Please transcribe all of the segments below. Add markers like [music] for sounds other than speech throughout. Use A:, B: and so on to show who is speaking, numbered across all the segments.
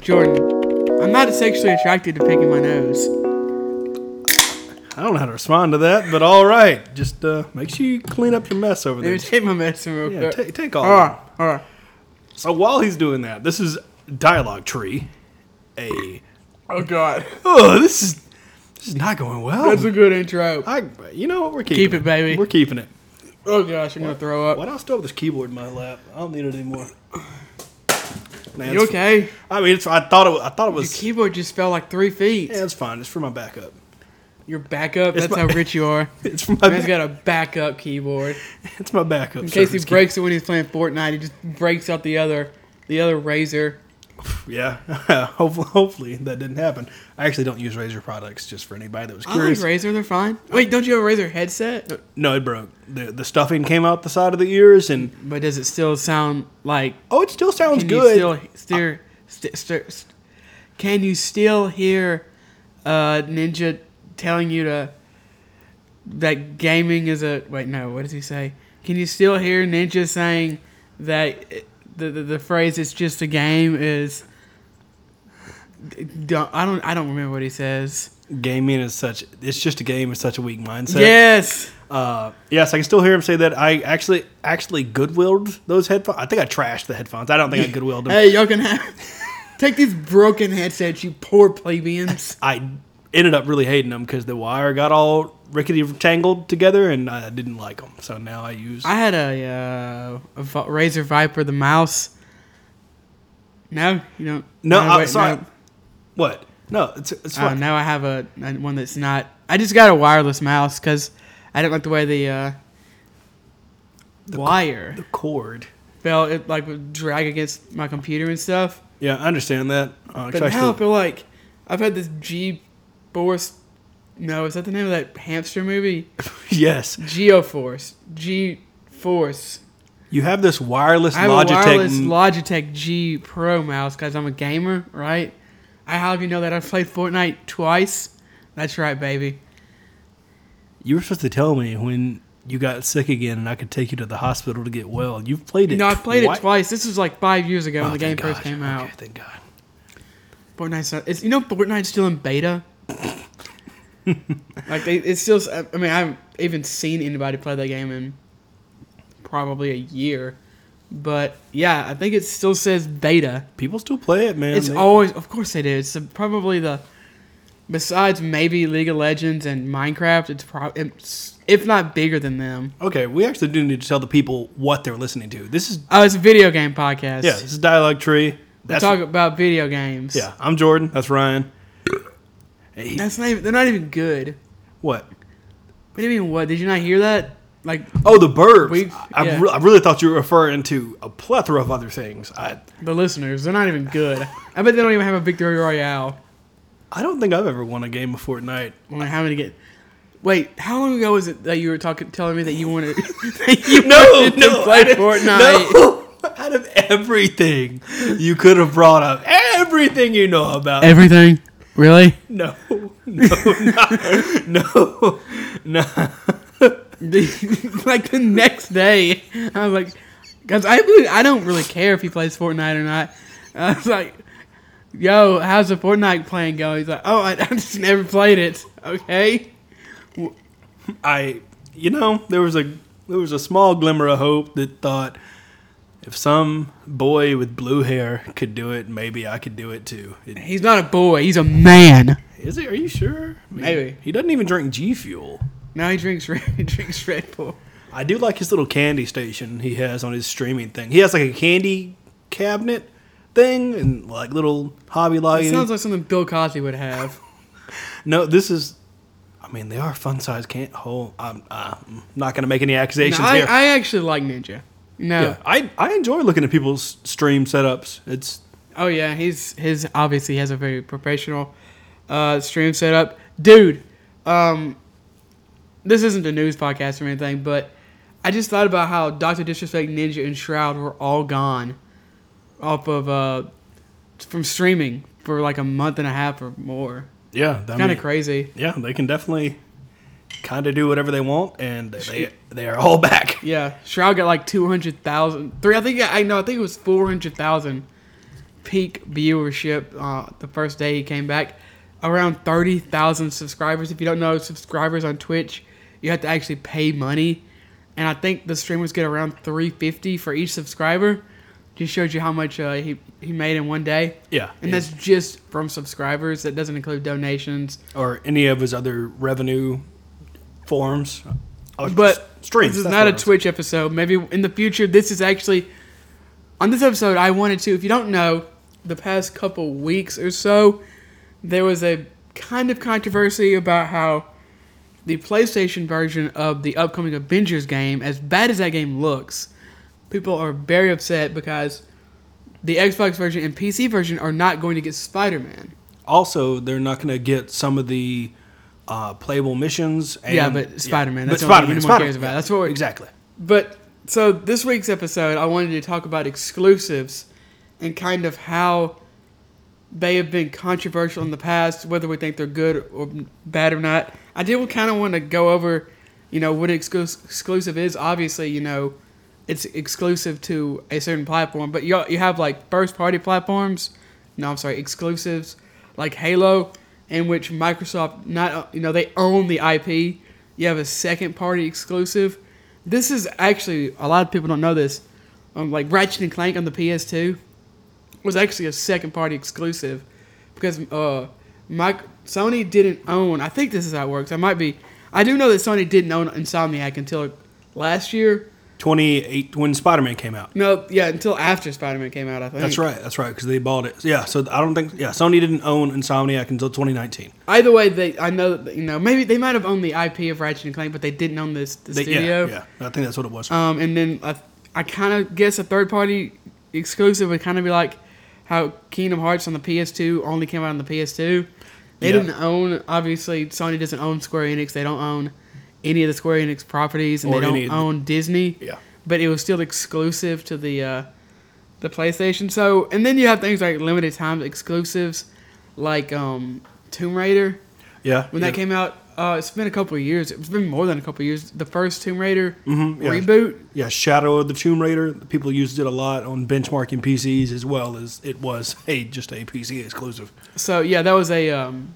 A: Jordan, I'm not sexually attracted to picking my nose.
B: I don't know how to respond to that, but all right. Just uh, make sure you clean up your mess over
A: Let
B: there.
A: me take my medicine real
B: Yeah,
A: quick.
B: take, take all.
A: all right, all right.
B: So while he's doing that, this is dialogue tree. A
A: Oh God,
B: oh, this is this is not going well.
A: that's a good intro.
B: I, you know what? We're keeping
A: Keep it, baby.
B: We're keeping it.
A: Oh gosh, I'm gonna throw up.
B: Why do I still have this keyboard in my lap? I don't need it anymore. Nah,
A: You
B: it's-
A: okay?
B: I mean, it's, I thought it. Was, I thought it
A: Your
B: was.
A: keyboard just fell like three feet.
B: yeah, it's fine. It's for my backup. [laughs]
A: Your backup.
B: It's
A: That's
B: my-
A: how rich you
B: [laughs]
A: are.
B: It's for my.
A: Man's
B: Back,
A: got a backup
B: [laughs]
A: keyboard.
B: it's my backup.
A: In case he
B: service key-
A: breaks it when he's playing Fortnite, he just breaks out the other, the other razor.
B: Yeah. [laughs] hopefully, hopefully that didn't happen. I actually don't use Razer products. Just for anybody that was
A: I like
B: curious. Uh,
A: razor. They're fine. Wait, don't you have a razor headset?
B: no, it broke. The the stuffing came out the side of the ears, and
A: But does it still sound like?
B: oh, it still sounds
A: Can
B: good.
A: you still steer, st- st- st- Can you still hear uh, Ninja telling you to that gaming is a wait? No, what does he say? Can you still hear Ninja saying that it- the the, the phrase "it's just a game" is? Don't, I don't I don't remember what he says.
B: Gaming is such. It's just a game. It's such a weak mindset.
A: yes,
B: Uh, yes, I can still hear him say that. I actually actually goodwilled those headphones. I think I trashed the headphones. I don't think I
A: [laughs]
B: goodwilled them.
A: hey, y'all can have take these broken headsets, you poor plebeians.
B: I ended up really hating them because the wire got all rickety tangled together, and I didn't like them. So now I use.
A: I had a, uh, a Vi- Razor Viper, the mouse. No, you don't.
B: no, I,
A: wait,
B: sorry.
A: no.
B: What? No, it's it's
A: Oh,
B: fine.
A: now I have a, a one that's not. I just got a wireless mouse because I didn't like the way the, uh, wire
B: The cord.
A: fell. It like would drag against my computer and stuff.
B: Yeah, I understand that. Uh, 'cause
A: But
B: I
A: now I
B: still- [laughs]
A: feel like I've had this G Force. No, is that the name of that hamster
B: [laughs]
A: movie?
B: yes,
A: Geo Force. G Force.
B: you have this wireless
A: I have
B: Logitech.
A: a wireless Logitech G Pro mouse because I'm a gamer, right? I have you know that I've played Fortnite twice. That's right, baby.
B: you were supposed to tell me when you got sick again, and I could take you to the hospital to get well. You've played it.
A: No, I played
B: twi-
A: it twice. This was like five years ago
B: Oh,
A: when the game
B: thank
A: first
B: God.
A: came
B: Okay,
A: out.
B: thank God.
A: Fortnite's not, it's, you know Fortnite's still in beta.
B: [laughs]
A: like they, it's still. I mean, I haven't even seen anybody play that game in probably a year. But yeah, I think it still says beta.
B: People still play it, man.
A: It's
B: They-
A: always, of course, they do. It's the- probably the, besides maybe League of Legends and Minecraft, it's probably if not bigger than them.
B: okay. We actually do need to tell the people what they're listening to. This is
A: Oh, it's a video game podcast.
B: yeah, this is dialogue tree.
A: we
B: That's
A: talk about video games.
B: yeah. I'm Jordan. That's Ryan. Hey,
A: that's not even, they're not even good.
B: what?
A: What do you mean? What did you not hear that? Like
B: Oh, the burbs.
A: We've-
B: I,
A: yeah.
B: re- I really thought you were referring to a plethora of other things. I
A: the listeners, they're not even good. I bet they don't even have a victory royale.
B: I don't think I've ever won a game of Fortnite.
A: I mean, how many get? Wait, how long ago was it that you were talking, telling me that you wanted? [laughs] that [laughs] you
B: No,
A: wanted to
B: no,
A: play
B: I didn't-
A: Fortnite.
B: No. [laughs] Out of everything you could have brought up, everything you know about,
A: Everything, really?
B: no, [laughs] no, no, no, no.
A: [laughs] like the next day, I was like, because I really, I don't really care if he plays Fortnite or not. I was like, yo, how's the Fortnite playing going? He's like, oh, I, [laughs] I just never played it. Okay,
B: I, you know, there was a there was a small glimmer of hope that thought if some boy with blue hair could do it, maybe I could do it too. It-
A: he's not a boy. He's a man.
B: Is it? Are you sure? I mean,
A: Maybe.
B: he doesn't even drink G Fuel.
A: Now he drinks Red- [laughs] he drinks Red Bull.
B: I do like his little candy station he has on his streaming thing. He has like a candy cabinet thing and like little Hobby
A: It
B: Lobby.
A: sounds like something Bill Cosby would have.
B: no, this is. I mean, they are fun size can't hold. I'm, I'm not going to make any
A: No,
B: accusations
A: I,
B: here.
A: I actually like Ninja. No,
B: yeah, I I enjoy looking at people's stream setups. It's
A: Oh yeah, he's his obviously has a very professional uh, stream setup, dude. Um, this isn't a news podcast or anything, but I just thought about how Doctor Disrespect, Ninja, and Shroud were all gone off of uh, from streaming for like a month and a half or more.
B: yeah, I
A: Kind
B: mean,
A: of crazy.
B: Yeah, they can definitely kind of do whatever they want, and they they, they are
A: [laughs]
B: all [laughs] back.
A: Yeah, Shroud got like 200,000. Three, I think, I know, I think it was 400,000 peak viewership uh, the first day he came back. Around 30,000 subscribers. If you don't know, subscribers on Twitch, you have to actually pay money. And I think the streamers get around 350 for each subscriber. Just shows you how much uh, he, he made in one day.
B: Yeah.
A: And that's just from subscribers. That doesn't include donations.
B: or any of his other revenue forms. Oh,
A: But
B: s- streams.
A: This is
B: that's
A: not
B: what
A: a
B: I was-
A: Twitch episode. Maybe in the future, this is actually on this episode. I wanted to, if you don't know, the past couple weeks or so, there was a kind of controversy about how the PlayStation version of the upcoming Avengers game, as bad as that game looks, people are very upset because the Xbox version and PC version are not going to get Spider Man.
B: Also, they're not going to get some of the uh, playable missions. And,
A: Yeah, but Spider-Man, that's
B: but
A: the only
B: Spider-Man,
A: thing anyone
B: Spider-Man,
A: cares about.
B: yeah,
A: That's what we're-
B: exactly.
A: But so this week's episode, I wanted to talk about exclusives and kind of how they have been controversial in the past, whether we think they're good or bad or not. I did kind of want to go over, you know, what exclus- exclusive is. Obviously, you know, it's exclusive to a certain platform, but you you have like first party platforms. No, I'm sorry, exclusives like Halo, in which Microsoft not you know they own the IP. You have a second party exclusive. This is actually a lot of people don't know this. Um, like Ratchet and Clank on the PS2 was actually a second party exclusive because uh, Mike, Sony didn't own. I think this is how it works. I might be. I do know that Sony didn't own Insomniac until last year.
B: Twenty-eight when Spider-Man came out.
A: No, yeah, until after Spider Man came out. I think
B: That's right. That's right. Because they bought it. Yeah. So I don't think. Yeah. Sony didn't own Insomniac until 2019.
A: Either way, they I know that, you know maybe they might have owned the IP of Ratchet and Clank, but they didn't own this the
B: They,
A: studio.
B: yeah. Yeah. I think that's what it was.
A: Um, and then I, I kind of guess a third party exclusive would kind of be like how Kingdom Hearts on the PS2 only came out on the PS2. They
B: Yeah.
A: didn't own, obviously, Sony doesn't own Square Enix. They don't own any of the Square Enix properties, and
B: Or
A: they
B: any
A: don't
B: of the-
A: own Disney.
B: Yeah.
A: But it was still exclusive to the uh, the PlayStation. So, and then you have things like limited time exclusives, like um, Tomb Raider
B: yeah.
A: when
B: yeah.
A: that came out. Uh, it's been a couple of years. It's been more than a couple of years. The first Tomb Raider
B: Mhm, yeah.
A: reboot.
B: Yeah, Shadow of the Tomb Raider. People used it a lot on benchmarking PCs as well as it was a just a PC exclusive.
A: So yeah, that was a um,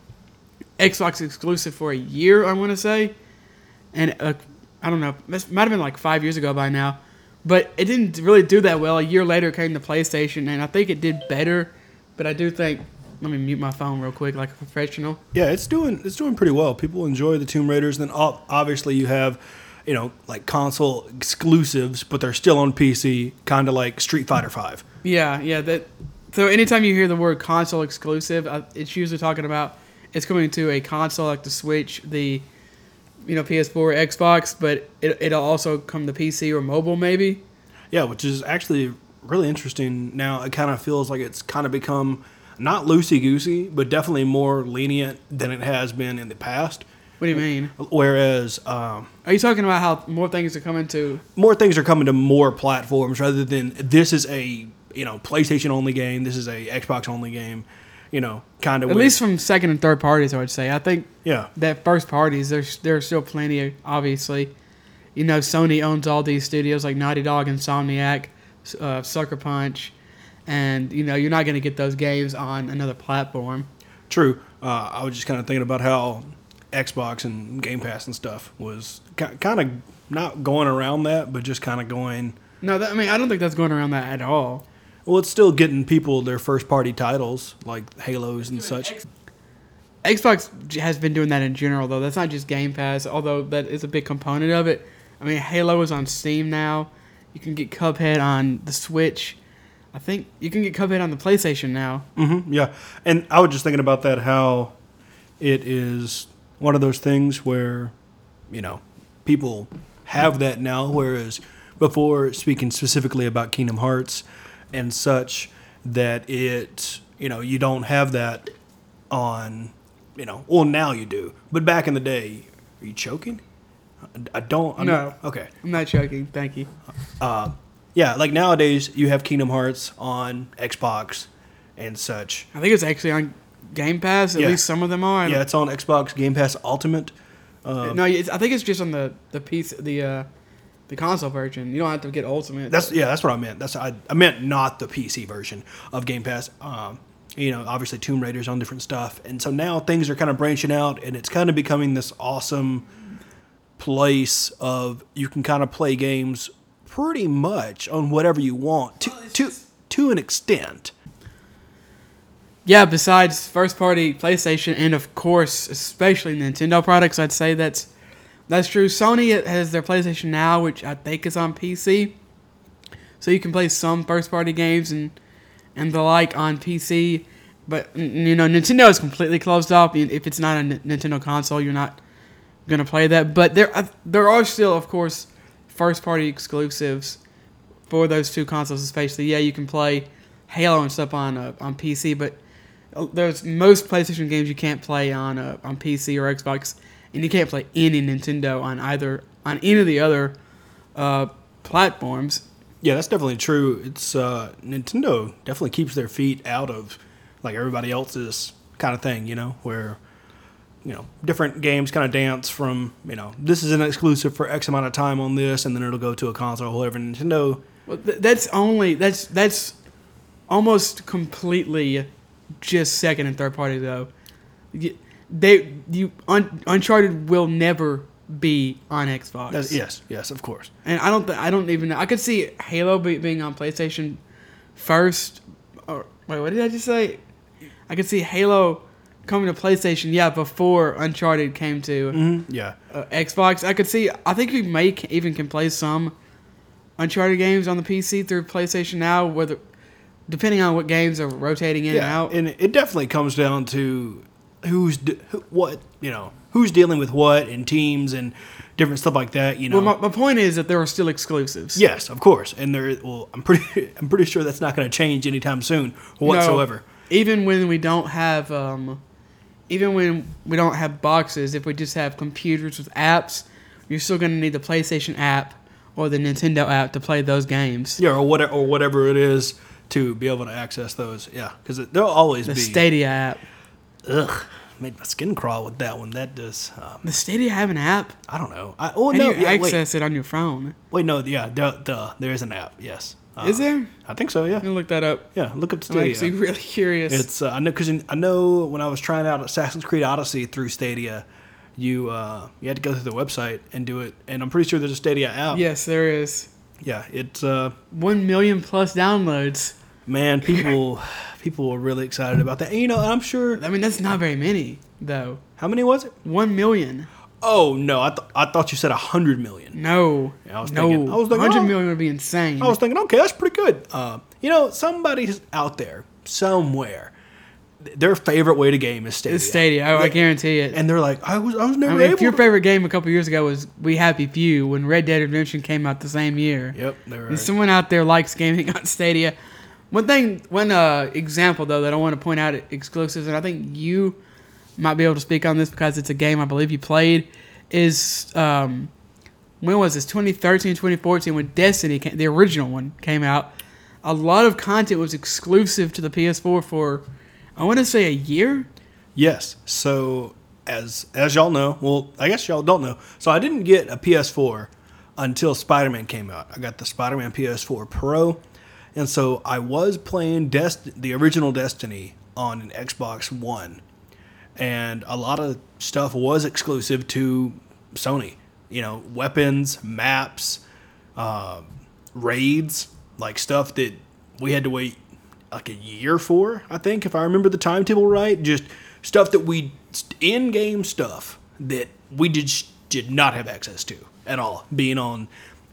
A: Xbox exclusive for a year, I want to say, and uh, I don't know, this might have been like five years ago by now, but it didn't really do that well. A year later came the PlayStation, and I think it did better, but I do think let me mute my phone real quick, like a professional.
B: Yeah, it's doing it's doing pretty well. People enjoy the Tomb Raiders. Then ob- obviously you have, you know, like console exclusives, but they're still on PC, kind of like Street Fighter Five.
A: Yeah, yeah. That so anytime you hear the word console exclusive, uh, it's usually talking about it's coming to a console like the Switch, the you know PS4, or Xbox, but it, it'll also come to PC or mobile maybe.
B: Yeah, which is actually really interesting. Now it kind of feels like it's kind of become not loosey goosey, but definitely more lenient than it has been in the past.
A: What do you mean?
B: Whereas um,
A: Are you talking about how more things are coming to?
B: more things are coming to more platforms rather than this is a you know PlayStation only game. This is a Xbox only game. You know, kind of
A: At least from second and third parties, I would say. I think
B: yeah,
A: that first parties, there's there's still plenty. Obviously, you know, Sony owns all these studios like Naughty Dog, Insomniac, uh, Sucker Punch, and you know, you're not gonna get those games on another platform.
B: true. Uh, I was just kind of thinking about how Xbox and Game Pass and stuff was ki- kind of not going around that, but just kind of going.
A: No, that, I mean, I don't think that's going around that at all.
B: Well, it's still getting people their first party titles like Halos and such.
A: Xbox j- has been doing that in general, though. That's not just Game Pass, although that is a big component of it. I mean, Halo is on Steam now. You can get Cuphead on the Switch. I think you can get Cuphead on the PlayStation now.
B: hmm yeah, and I was just thinking about that how it is one of those things where you know people have that now, whereas before speaking specifically about Kingdom Hearts and such that it you know you don't have that on you know well now you do, but back in the day, are you choking? I- I don't. I'm
A: No.
B: Not, okay.
A: I'm not joking. Thank you.
B: Uh, yeah, like nowadays you have Kingdom Hearts on Xbox and such.
A: I think it's actually on Game Pass. At
B: Yeah.
A: least some of them are.
B: Yeah, it's on Xbox Game Pass Ultimate.
A: no, it's, I think it's just on the the piece the uh, the console version. You don't have to get Ultimate.
B: That's yeah, that's what I meant. That's I, I meant not the PC version of Game Pass. Um, you know, obviously Tomb Raider's on different stuff, and so now things are kind of branching out, and it's kind of becoming this awesome place of you can kind of play games pretty much on whatever you want to to to an extent.
A: yeah. Besides first party PlayStation and of course especially Nintendo products, I'd say that's that's true. Sony has their PlayStation now, which I think is on PC, so you can play some first party games and and the like on PC. But n- you know Nintendo is completely closed off. And If it's not a N- Nintendo console, you're not gonna play that. But there uh, there are still of course first party exclusives for those two consoles, especially. Yeah, you can play Halo and stuff on uh, on PC, but uh, there's most PlayStation games you can't play on uh, on PC or Xbox, and you can't play any Nintendo on either on any of the other uh, platforms.
B: Yeah, that's definitely true. It's uh, Nintendo definitely keeps their feet out of like everybody else's kind of thing, you know, where you know different games kind of dance from you know this is an exclusive for X amount of time on this, and then it'll go to a console. Whatever Nintendo,
A: Well, th- that's only that's that's almost completely just second and third party though. Y- They you Un- Uncharted will never be on Xbox.
B: that's, yes, yes, of course.
A: And I don't th- I don't even know. I could see Halo be- being on PlayStation first. Or wait, what did I just say? I could see Halo coming to PlayStation. Yeah, before Uncharted came to
B: Mm-hmm. Yeah,
A: uh, Xbox. I could see. I think you may c- even can play some Uncharted games on the PC through PlayStation now. Whether depending on what games are rotating in and
B: yeah,
A: out.
B: and it definitely comes down to who's d who, what you know who's dealing with what and teams and different stuff like that. You know,
A: well, my, my point is that there are still exclusives.
B: Yes, of course. And there, well, I'm pretty, [laughs] I'm pretty sure that's not going to change anytime soon
A: You know,
B: whatsoever.
A: even when we don't have, um, even when we don't have boxes, if we just have computers with apps, you're still going to need the PlayStation app or the Nintendo app to play those games.
B: Yeah, or whatever, or whatever it is to be able to access those. Yeah, because there'll always
A: The
B: be.
A: Stadia app.
B: ugh, made my skin crawl with that one. That does. Um,
A: The Stadia have an app,
B: I don't know. I, oh
A: and
B: no,
A: you
B: yeah, wait,
A: access it on your phone.
B: wait, no, yeah, duh, duh, there is an app. Yes, Uh,
A: is there? I'm
B: I think so. Yeah,
A: gonna look that up.
B: yeah. Look up the
A: I'm actually really curious.
B: It's uh, I know because I know when I was trying out Assassin's Creed Odyssey through Stadia, you uh, you had to go through the website and do it, and I'm pretty sure there's a Stadia app.
A: yes, there is
B: yeah it's uh,
A: one million plus downloads. [laughs]
B: man people people were really excited about that and, you know i'm sure
A: I mean, that's not very many though.
B: how many was it
A: One million.
B: oh no i, th- I thought you said 100 million
A: No.
B: Yeah, I was
A: no.
B: thinking- I was like,
A: 100
B: oh.
A: million would be insane.
B: i was thinking okay that's pretty good uh, you know somebody's out there somewhere th- their favorite way to game is stadia
A: It's Stadia. Oh, I
B: Like,
A: guarantee it.
B: and they're like i was i was never
A: I mean,
B: able
A: if your
B: to-
A: favorite game a couple years ago was We Happy Few, when Red Dead Redemption came out the same year,
B: yep they were
A: and someone out there likes gaming [laughs] on Stadia. One thing, one uh, example though that I want to point out exclusives, and I think you might be able to speak on this because it's a game I believe you played, is um, when was this 2013 2014 when destiny came, the original one came out a lot of content was exclusive to the ps4 for i want to say a year
B: Yes. So as as y'all know, well, I guess y'all don't know. So I didn't get a PS4 until Spider-Man came out. I got the Spider-Man PS4 Pro, and so I was playing Dest- the original Destiny on an Xbox One, and a lot of stuff was exclusive to Sony. You know, weapons, maps, uh, raids, like stuff that we had to wait like a year for, I think, if I remember the timetable right. Just stuff that we, in game stuff that we did, did not have access to at all, being on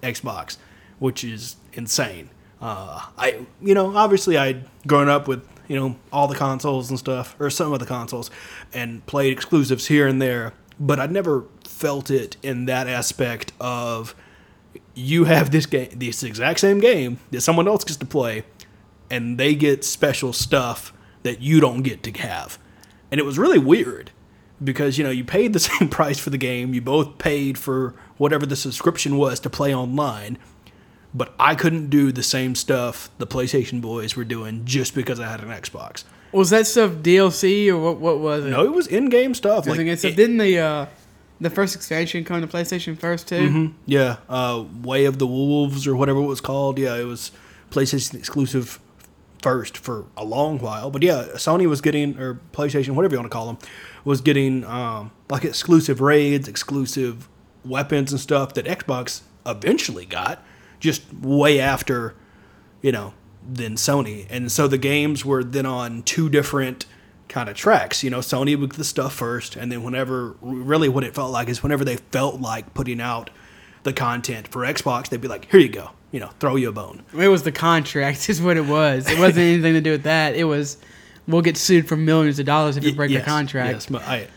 B: Xbox, which is insane. Uh, I, you know, obviously I'd grown up with, you know, all the consoles and stuff, or some of the consoles, and played exclusives here and there, but I never felt it in that aspect of, you have this game, this exact same game that someone else gets to play, and they get special stuff that you don't get to have. And it was really weird because you know you paid the [laughs] same price for the game, you both paid for whatever the subscription was to play online, but I couldn't do the same stuff the PlayStation boys were doing just because I had an Xbox.
A: was that stuff dlc or what, what was it
B: No, it was in-game stuff.
A: I
B: Like,
A: think it's-
B: it-
A: didn't the uh, the first expansion coming to PlayStation first too.
B: Mhm. Yeah, uh, Way of the Wolves or whatever it was called. Yeah, it was PlayStation exclusive first for a long while. But yeah, Sony was getting or PlayStation, whatever you want to call them, was getting um, like exclusive raids, exclusive weapons and stuff that Xbox eventually got, just way after, you know, than Sony. And so the games were then on two different kind of tracks. You know, Sony with the stuff first, and then whenever really what it felt like is whenever they felt like putting out the content for Xbox, they'd be like, "Here you go," you know, throw you a bone.
A: It was the contract, [laughs] is what it was. It wasn't anything to do with that. It was, we'll get sued for millions of dollars if you break
B: Yes,
A: the contract.
B: Yes, but I,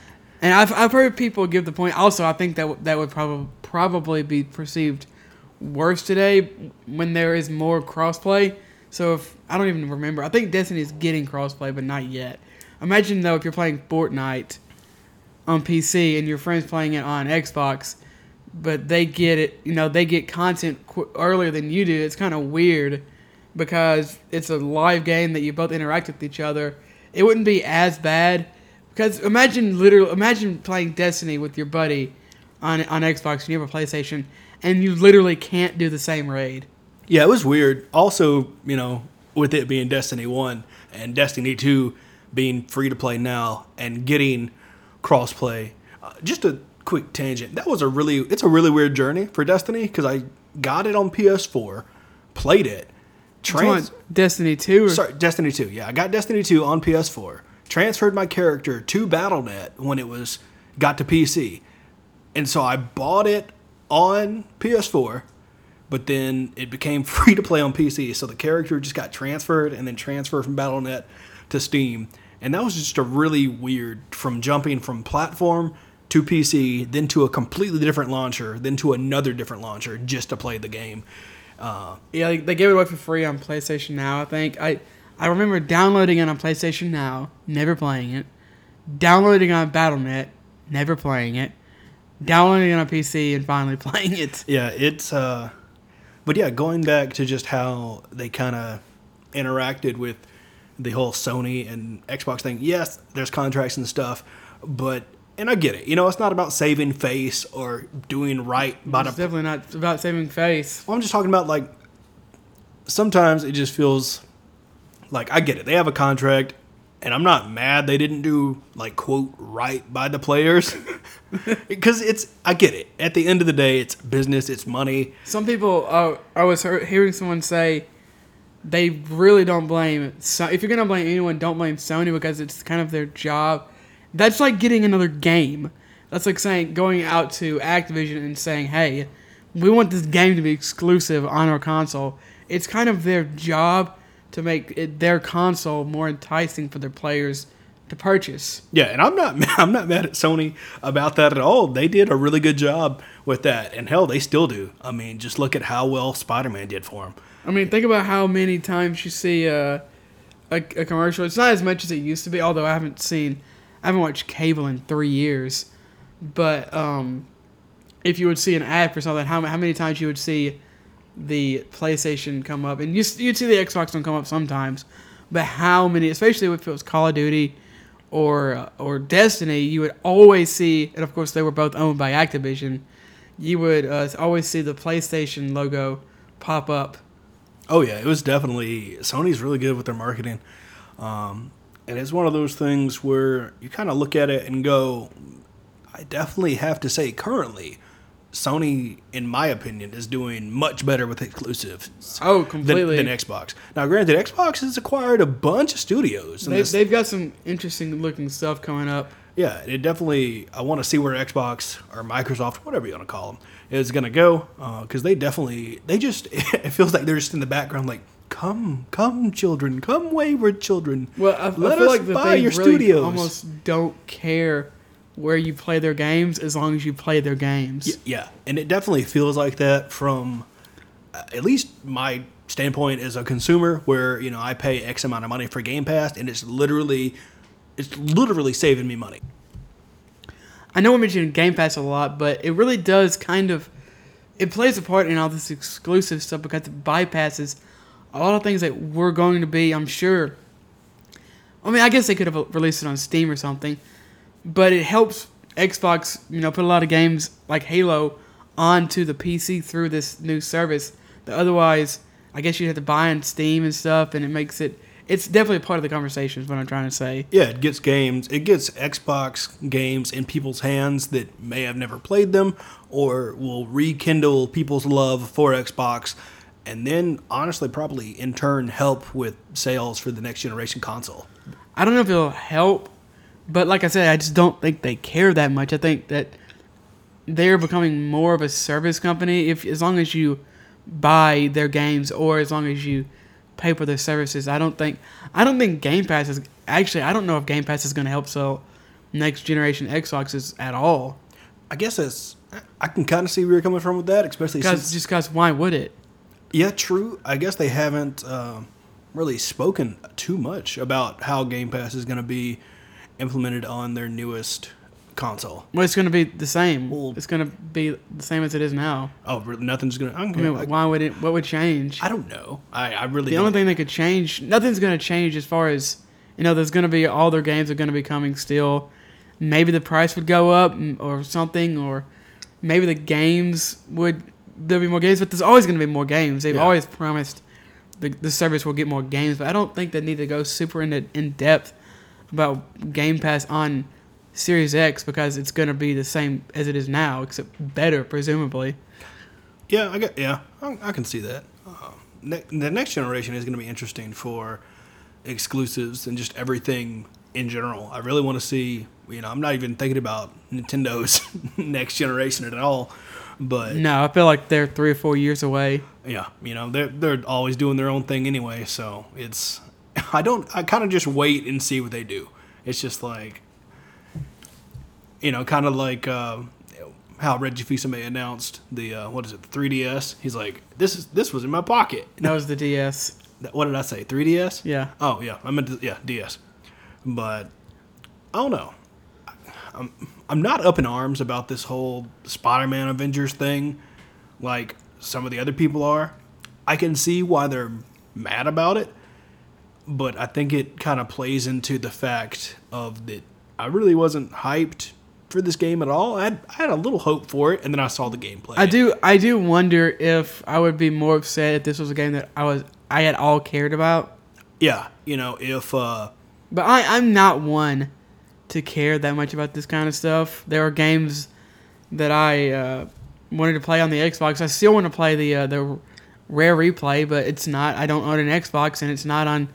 A: And I've, I've heard people give the point. Also, I think that w- that would probably probably be perceived worse today when there is more crossplay. So if I don't even remember, I think Destiny's getting crossplay, but not yet. Imagine though if you're playing Fortnite on PC and your friends playing it on Xbox, but they get it, you know, they get content qu- earlier than you do. It's kind of weird because it's a live game that you both interact with each other. It wouldn't be as bad because imagine literally imagine playing Destiny with your buddy on on Xbox and you have a PlayStation and you literally can't do the same raid.
B: yeah, it was weird. Also, you know, with it being Destiny One and Destiny Two being free to play now and getting crossplay. Uh, just a quick tangent. That was a really, it's a really weird journey for Destiny because I got it on PS4, played it.
A: Come on, Destiny 2 or
B: Sorry, Destiny 2. Yeah, I got Destiny 2 on PS4. Transferred my character to BattleNet when it was got to PC. And so I bought it on PS4, but then it became [laughs] free to play on PC. So the character just got transferred and then transferred from BattleNet to Steam. And that was just a really weird from jumping from platform to PC, then to a completely different launcher, then to another different launcher just to play the game. Uh,
A: Yeah, like, they gave it away for free on PlayStation Now. I think I I remember downloading it on PlayStation Now, never playing it. Downloading it on BattleNet, never playing it. Downloading it on PC and finally [laughs] playing it.
B: Yeah, it's uh but yeah, going back to just how they kind of interacted with the whole Sony and Xbox thing. Yes, there's contracts and stuff, but and I get it. You know, it's not about saving face or doing right by
A: It's
B: the
A: definitely not about saving face.
B: well, I'm just talking about like sometimes it just feels like I get it. They have a contract, and I'm not mad they didn't do like quote right by the players [laughs] because it's I get it. At the end of the day, it's business, it's money.
A: Some people, uh, I was hear- hearing someone say, they really don't blame. So if you're gonna blame anyone, don't blame Sony because it's kind of their job. That's like getting another game. That's like saying going out to Activision and saying, "Hey, we want this game to be exclusive on our console." It's kind of their job to make it, their console more enticing for their players to purchase.
B: Yeah, and I'm not [laughs] I'm not mad at Sony about that at all. They did a really good job with that, and hell, they still do. I mean, just look at how well Spider-Man did for them.
A: I mean, think about how many times you see uh, a, a commercial. It's not as much as it used to be, although I haven't seen, I haven't watched cable in three years. But um, if you would see an ad for something, how, how many times you would see the PlayStation come up, and you you'd see the Xbox one come up sometimes, but how many, especially if it was Call of Duty or uh, or Destiny, you would always see, and of course they were both owned by Activision. You would uh, always see the PlayStation logo pop up
B: Oh yeah, it was definitely Sony's really good with their marketing, um, and it's one of those things where you kind of look at it and go, I definitely have to say currently, Sony, in my opinion, is doing much better with exclusives
A: Oh,
B: than,
A: completely.
B: than Xbox. Now, granted, Xbox has acquired a bunch of studios. and
A: they,
B: this-
A: they've got some interesting looking stuff coming up.
B: yeah, it definitely. I want to see where Xbox or Microsoft, whatever you want to call them, is going to go because they definitely. They just. [laughs] It feels like they're just in the background, like, come, come, children, come, wayward children.
A: Well, I, I feel like that they really almost don't care where you play their games as long as you play their games.
B: Y- Yeah, and it definitely feels like that from uh, at least my standpoint as a consumer, where you know I pay X amount of money for Game Pass, and it's literally, it's literally saving me money.
A: I know we're mentioning Game Pass a lot, but it really does kind of it plays a part in all this exclusive stuff because it bypasses a lot of things that we're going to be, I'm sure. I mean, I guess they could have released it on Steam or something, but it helps Xbox, you know, put a lot of games like Halo onto the PC through this new service. That otherwise, I guess you'd have to buy on Steam and stuff, and it makes it. It's definitely a part of the conversation. Is what I'm trying to say.
B: Yeah, it gets games. It gets Xbox games in people's hands that may have never played them or will rekindle people's love for Xbox and then honestly probably in turn help with sales for the next generation console.
A: I don't know if it'll help, but like I said, I just don't think they care that much. I think that they're becoming more of a service company if as long as you buy their games or as long as you pay for their services. I don't think I don't think Game Pass is actually I don't know if Game Pass is going to help sell next generation Xboxes at all.
B: I guess that's I can kind of see where you're coming from with that, especially
A: Cause,
B: since
A: just because why would it?
B: yeah, true. I guess they haven't uh, really spoken too much about how Game Pass is going to be implemented on their newest console.
A: Well, it's going to be the same.
B: Well-
A: it's going to be the same as it is now.
B: Oh, really, nothing's going to.
A: I mean, why would it? What would change?
B: I don't know. I, I really
A: the
B: don't.
A: only thing that could change, nothing's going to change as far as you know. There's going to be all their games are going to be coming still. Maybe the price would go up mm, or something, or maybe the games would there'll be more games. But there's always going to be more games. They've
B: Yeah.
A: always promised the the service will get more games, but I don't think they need to go super into in depth about Game Pass on Series X because it's going to be the same as it is now, except better, presumably.
B: Yeah, I get. Yeah, I, I can see that. Uh, ne- the next generation is going to be interesting for exclusives and just everything in general. I really want to see. You know, I'm not even thinking about Nintendo's [laughs] next generation at all. But
A: No, I feel like they're three or four years away.
B: yeah, you know, they're they're always doing their own thing anyway. So it's. [laughs] I don't. I kind of just wait and see what they do. It's just like. You know, kind of like. Uh, how Reggie Fils-Aimé announced the uh, what is it, the 3DS? He's like, this is this was in my pocket.
A: That was the DS.
B: Th- what did I say? 3DS?
A: Yeah.
B: Oh yeah, I meant to, yeah DS, but I don't know. I- I'm I'm not up in arms about this whole Spider-Man Avengers thing, like some of the other people are. I can see why they're mad about it, but I think it kind of plays into the fact of that I really wasn't hyped for this game at all. I had, I had a little hope for it, and then I saw the gameplay.
A: I do I do wonder if I would be more upset if this was a game that I was I had all cared about.
B: Yeah, you know if. uh
A: But I, I'm not one to care that much about this kind of stuff. There are games that I uh, wanted to play on the Xbox. I still want to play the uh, the rare replay, but it's not. I don't own an Xbox, and it's not on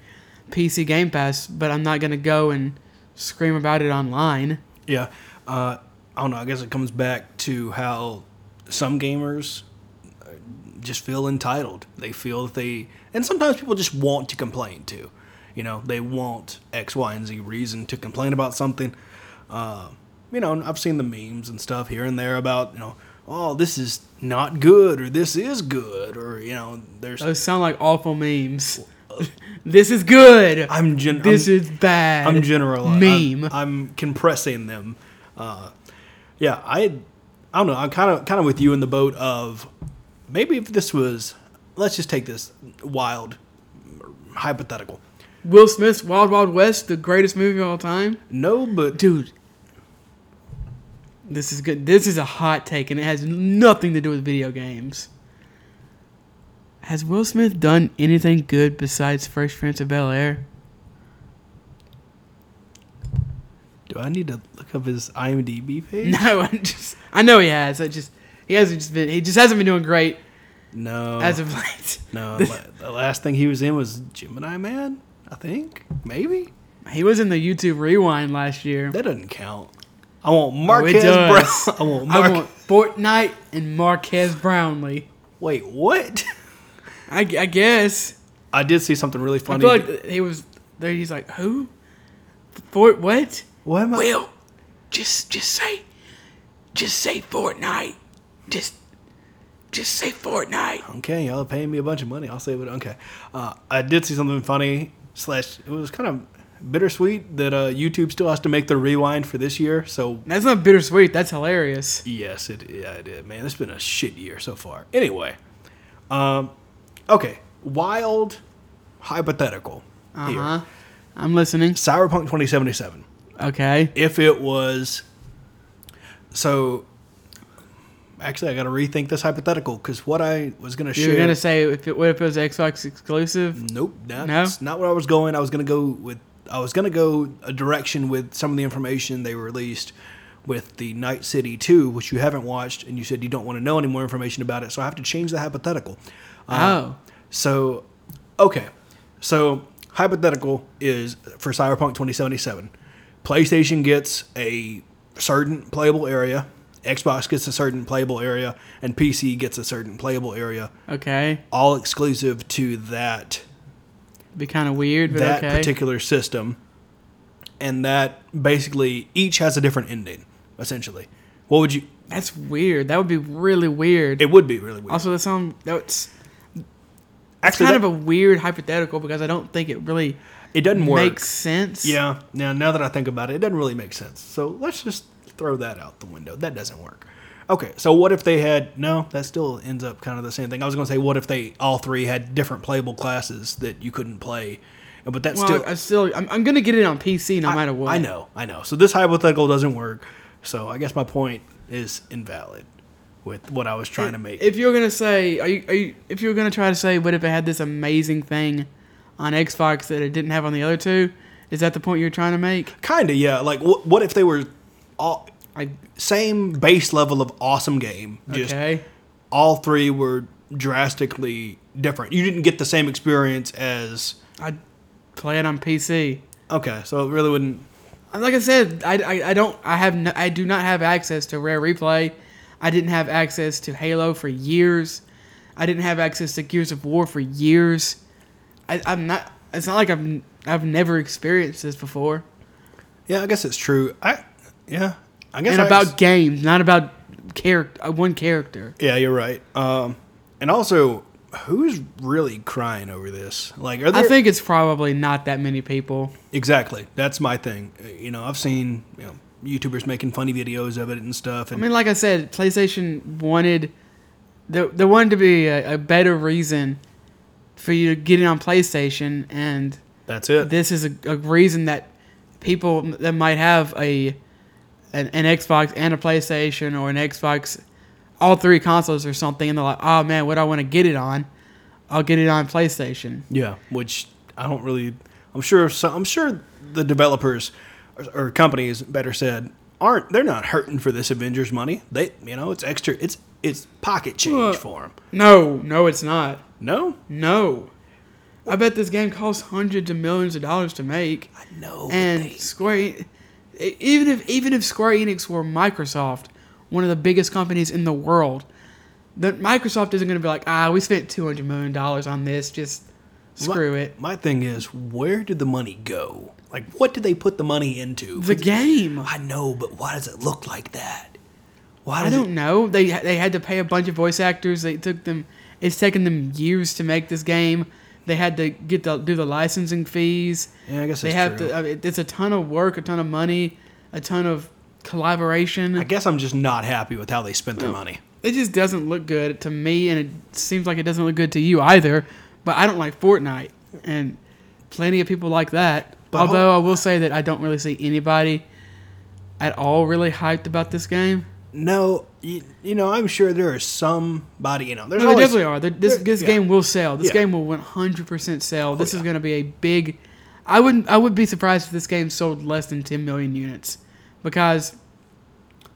A: PC Game Pass. But I'm not gonna go and scream about it online.
B: Yeah. Uh, I don't know. I guess it comes back to how some gamers uh, just feel entitled. They feel that they, and sometimes people just want to complain too. You know, they want X, Y, and Z reason to complain about something. Uh, you know, and I've seen the memes and stuff here and there about, you know, oh, this is not good or this is good or, you know, there's.
A: Those sound like awful memes. [laughs] this is good.
B: I'm gen- I'm-
A: this is bad.
B: I'm generalizing.
A: Meme.
B: I'm, I'm compressing them. Uh, yeah, I, I don't know. I'm kind of kind of with you in the boat of maybe if this was, let's just take this wild hypothetical.
A: Will Smith's Wild Wild West, the greatest movie of all time.
B: No, but
A: Dude, this is good. This is a hot take, and it has nothing to do with video games. Has Will Smith done anything good besides Fresh Prince of Bel Air?
B: do I need to look up his IMDb
A: [laughs]
B: page?
A: [laughs] No, I just I know he has. I just he hasn't just been he just hasn't been doing great
B: No,
A: as of late. [laughs]
B: no. la- the last thing he was in was Gemini Man, I think. Maybe
A: He was in the YouTube Rewind last year.
B: that doesn't count. I want
A: Oh, it
B: Marquez
A: does.
B: Brown. [laughs] I want
A: I
B: Marquez.
A: want Fortnite and Marquez Brownlee.
B: Wait, what? [laughs]
A: I, I guess.
B: I did see something really
A: I
B: funny.
A: feel like he was there. He's like, who? Fort what?
B: what am I?
A: Will, just just say, just say Fortnite. Just just say Fortnite.
B: okay, y'all are paying me a bunch of money. I'll say what. Okay, uh, I did see something funny. Slash, it was kind of bittersweet that uh, YouTube still has to make the rewind for this year. So
A: That's not bittersweet. That's hilarious.
B: yes, it yeah it did. Man, it's been a shit year so far. Anyway, um, okay, wild hypothetical
A: Uh huh.
B: here.
A: I'm listening.
B: Cyberpunk 2077.
A: Okay.
B: If it was So actually, I got to rethink this hypothetical because what I was going to share.
A: You're gonna say if it, what if it was Xbox exclusive?
B: Nope,
A: No?
B: that's not where I was going. I was gonna go with I was gonna go a direction with some of the information they released with the Night City Two, which you haven't watched, and you said you don't want to know any more information about it. So I have to change the hypothetical. Uh,
A: Oh.
B: So, okay, so hypothetical is for Cyberpunk 2077. PlayStation gets a certain playable area, Xbox gets a certain playable area, and PC gets a certain playable area,
A: Okay,
B: all exclusive to that
A: be kind of weird, but
B: that
A: okay.
B: particular system, and that basically each has a different ending. Essentially, what would you?
A: That's weird. That would be really weird.
B: It would be really weird.
A: also, that sound that's it's
B: Actually,
A: kind
B: that-
A: of a weird hypothetical because I don't think it really
B: it doesn't work.
A: makes sense.
B: yeah. Now, now that I think about it, it doesn't really make sense. So let's just throw that out the window. That doesn't work. Okay. So what if they had? No, that still ends up kind of the same thing. I was going to say, what if they all three had different playable classes that you couldn't play? But that's
A: Well,
B: still
A: I still, I'm, I'm gonna get it on PC no
B: I-
A: matter what.
B: I know, I know. So this hypothetical doesn't work. So I guess my point is invalid with what I was trying to make.
A: If you're gonna say, are you, are you, if you're gonna try to say, what if it had this amazing thing on Xbox that it didn't have on the other two? Is that the point you're trying to make?
B: kind of, yeah. Like, what, what if they were all
A: I
B: same base level of awesome game? Just
A: okay.
B: all three were drastically different. You didn't get the same experience as.
A: I play it on PC.
B: Okay, so it really wouldn't.
A: Like I said, I, I, I don't I have no, I do not have access to Rare Replay. I didn't have access to Halo for years. I didn't have access to Gears of War for years. I, I'm not. It's not like I've n- I've never experienced this before.
B: Yeah, I guess it's true. I yeah, I guess
A: And
B: I
A: about games, not about character. One character.
B: Yeah, you're right. Um, and also, who's really crying over this? Like, are there,
A: I think it's probably not that many people.
B: Exactly. That's my thing. Uh, You know, I've seen you know, YouTubers making funny videos of it and stuff.
A: I
B: And
A: mean, like I said, PlayStation wanted there, there wanted to be a, a better reason for you to get it on PlayStation, and
B: that's it.
A: this is a, a reason that people that might have a an, an Xbox and a PlayStation or an Xbox, all three consoles or something, and they're like, "Oh man, what do I want to get it on? I'll get it on PlayStation."
B: yeah, which I don't really. I'm sure. So, I'm sure the developers or, or companies, better said, aren't. They're not hurting for this Avengers money. They, you know, it's extra. It's it's pocket change
A: Well-
B: for them.
A: No, no, it's not.
B: No,
A: No, I bet this game costs hundreds of millions of dollars to make.
B: no.
A: and Square, En- e- even if even if Square Enix were Microsoft, one of the biggest companies in the world, that Microsoft isn't going to be like, ah, we spent two hundred million dollars on this, just screw it.
B: My thing is, where did the money go? Like, what did they put the money into?
A: The game.
B: I know, but why does it look like that? Why
A: I
B: does it
A: don't know. They they had to pay a bunch of voice actors. They took them. It's taken them years to make this game. They had to get the do the licensing fees.
B: Yeah, I guess
A: they
B: that's
A: have
B: true.
A: to. I mean, it's a ton of work, a ton of money, a ton of collaboration.
B: I guess I'm just not happy with how they spent their money.
A: It just doesn't look good to me, and it seems like it doesn't look good to you either. But I don't like Fortnite, and plenty of people like that.
B: But hold-
A: Although I will say that I don't really see anybody at all really hyped about this game.
B: No, you, you know, I'm sure there is somebody, you know, there's
A: No, they
B: always,
A: Oh, definitely are. They're- This
B: there-
A: this
B: yeah.
A: game will sell. This
B: Yeah. Oh,
A: game will 100% sell. This
B: yeah.
A: is going to be a big. I wouldn't. I would be surprised if this game sold less than 10 million units, because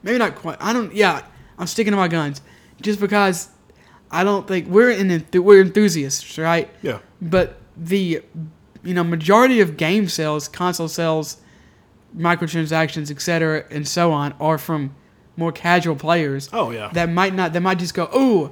A: maybe not quite. I don't. Yeah, I'm sticking to my guns, just because I don't think we're in. enthu- We're enthusiasts, right?
B: Yeah.
A: But the you know majority of game sales, console sales, microtransactions, etc., and so on, are from more casual players.
B: Oh, yeah.
A: That might not. That might just go. Oh,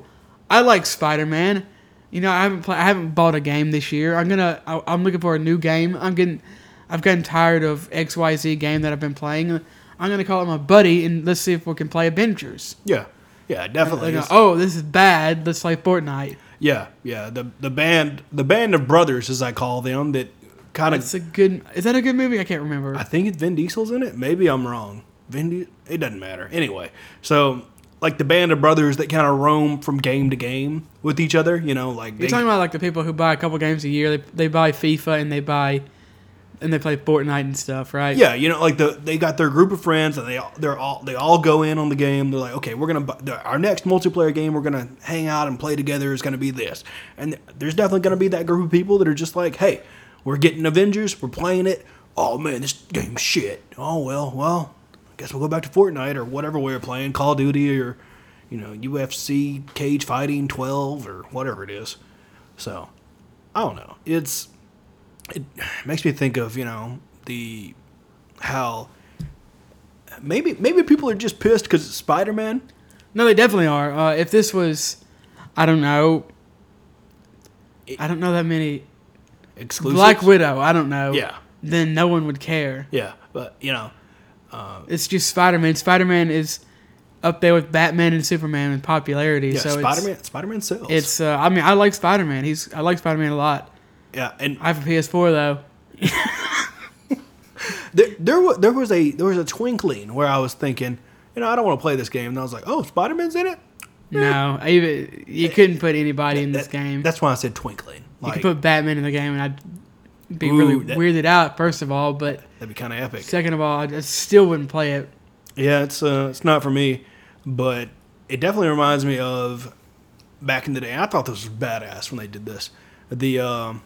A: I like Spider Man. You know, I haven't play, I haven't bought a game this year. I'm gonna. I, I'm looking for a new game. I'm getting. I've gotten tired of X Y Z game that I've been playing. I'm gonna call up my buddy and let's see if we can play Avengers.
B: Yeah. Yeah,
A: They
B: definitely.
A: go,
B: It's-
A: oh, this is bad. Let's play Fortnite.
B: Yeah, yeah. The the band the band of brothers as I call them that kind
A: That's
B: of
A: a good. Is that a good movie? I can't remember.
B: I think it's Vin Diesel's in it. Maybe I'm wrong. Vin Di- it doesn't matter. Anyway, so like the band of brothers that kind of roam from game to game with each other, you know, like
A: You're talking about like the people who buy a couple games a year. They, they buy FIFA and they buy and they play Fortnite and stuff, right?
B: Yeah, you know, like the they got their group of friends and they all- they're all they all go in on the game. They're like, okay, we're gonna bu- the- our next multiplayer game we're gonna hang out and play together is gonna be this. And th- there's definitely gonna be that group of people that are just like, hey, we're getting Avengers, we're playing it. Oh man, this game's shit. Oh well, well, I guess we'll go back to Fortnite or whatever we were playing, Call of Duty or you know UFC Cage Fighting 12 or whatever it is. So I don't know. It's it makes me think of you know the how maybe maybe people are just pissed because it's Spider Man.
A: No, they definitely are. Uh, if this was, I don't know, I don't know that many
B: Exclusive.
A: Black Widow. I don't know.
B: Yeah.
A: Then no one would care.
B: yeah, but you know,
A: It's just Spider Man. Spider Man is up there with Batman and Superman in popularity.
B: yeah,
A: so it's-
B: Spider Man. Spider Man sells.
A: It's. Uh, I mean, I like Spider Man. He's. I like Spider Man a lot.
B: yeah, and
A: I have a PS4 though.
B: there there was, there was a there was a twinkling where I was thinking, you know, I don't want to play this game, and I was like, oh, Spider Man's in it.
A: No, I even you couldn't put anybody in this
B: That-
A: game.
B: That's why I said twinkling.
A: You
B: Like
A: could put Batman in the game, and I'd be
B: Ooh,
A: really
B: that-
A: weirded out. First of all, but
B: that'd be kind of epic.
A: second of all, I just still wouldn't play it.
B: Yeah, it's uh, it's not for me, but it definitely reminds me of back in the day. I thought this was badass when they did this. The um,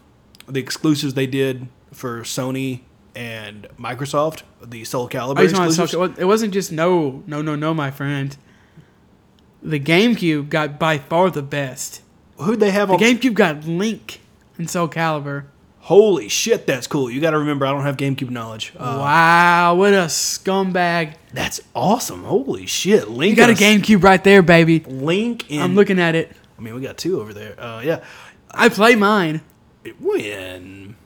B: the exclusives they did for Sony and Microsoft, the Soul Calibur
A: I just want to
B: exclusives.
A: talk. It wasn't just no, no, no, no, my friend. The GameCube got by far the best.
B: Who'd they have
A: The
B: on?
A: GameCube got Link and Soul Calibur.
B: Holy shit, that's cool. You got to remember, I don't have GameCube knowledge. Uh,
A: wow, what a scumbag!
B: That's awesome. Holy shit, Link.
A: You got a
B: and s-
A: GameCube right there, baby.
B: Link and
A: I'm looking at it.
B: I mean, we got two over there. Uh, yeah.
A: I play mine.
B: When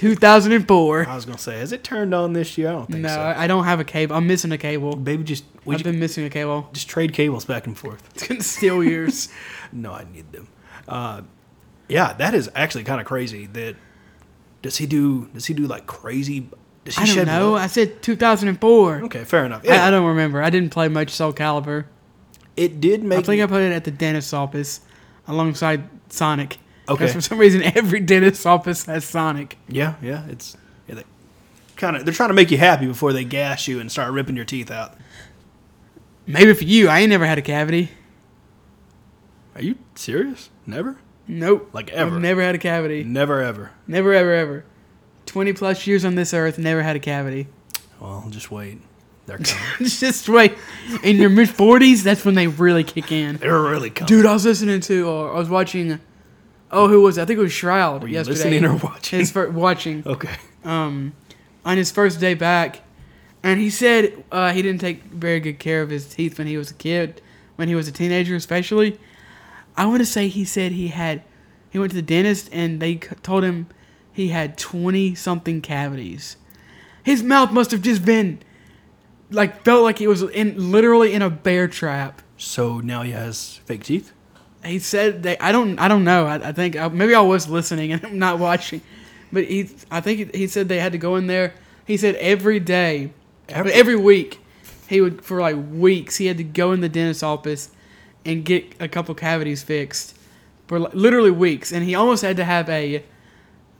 A: 2004.
B: I was gonna say, has it turned on this year? I don't think
A: No,
B: so.
A: I don't have a cable. I'm missing a cable.
B: Baby, just we
A: I've
B: ju-
A: been missing a cable.
B: just trade cables back and forth.
A: It's gonna steal yours.
B: [laughs] No, I need them. Uh, yeah, that is actually kind of crazy. That does he do? Does he do like crazy? Does he
A: I don't
B: shed
A: know.
B: blood?
A: I said 2004.
B: Okay, fair enough.
A: I,
B: Yeah,
A: I don't remember. I didn't play much Soul Calibur.
B: it did make.
A: I think I put it at the dentist's office alongside Sonic.
B: Okay.
A: Because for some reason, [laughs] every dentist's office has Sonic.
B: yeah, yeah. It's yeah, they, kind of. They're trying to make you happy before they gash you and start ripping your teeth out.
A: Maybe for you, I ain't never had a cavity.
B: Are you serious? Never,
A: Nope.
B: Like ever?
A: I've never had a cavity.
B: never, ever.
A: Never, ever, ever. 20 plus years on this earth, never had a cavity. [laughs]
B: Well, just wait. They're coming.
A: It's just wait. In your mid 40s, that's when they really kick in.
B: [laughs] They're really coming.
A: Dude, I was listening to, or I was watching, oh, who was it? I think it was Shroud
B: Were you
A: yesterday.
B: listening or watching?
A: His fir- watching
B: okay.
A: um, on his first day back, and he said uh, he didn't take very good care of his teeth when he was a kid, when he was a teenager especially. I want to say he said he had, he went to the dentist and they c- told him he had twenty something cavities. His mouth must have just been, like, felt like he was in literally in a bear trap.
B: So now he has fake teeth.
A: He said they. I don't. I don't know. I, I think I, maybe I was listening and [laughs] I'm not watching, but he. I think he, he said they had to go in there. He said every day, every,
B: Every-
A: every week, he would for like weeks. He had to go in the dentist's office and get a couple cavities fixed for like, literally weeks, and he almost had to have a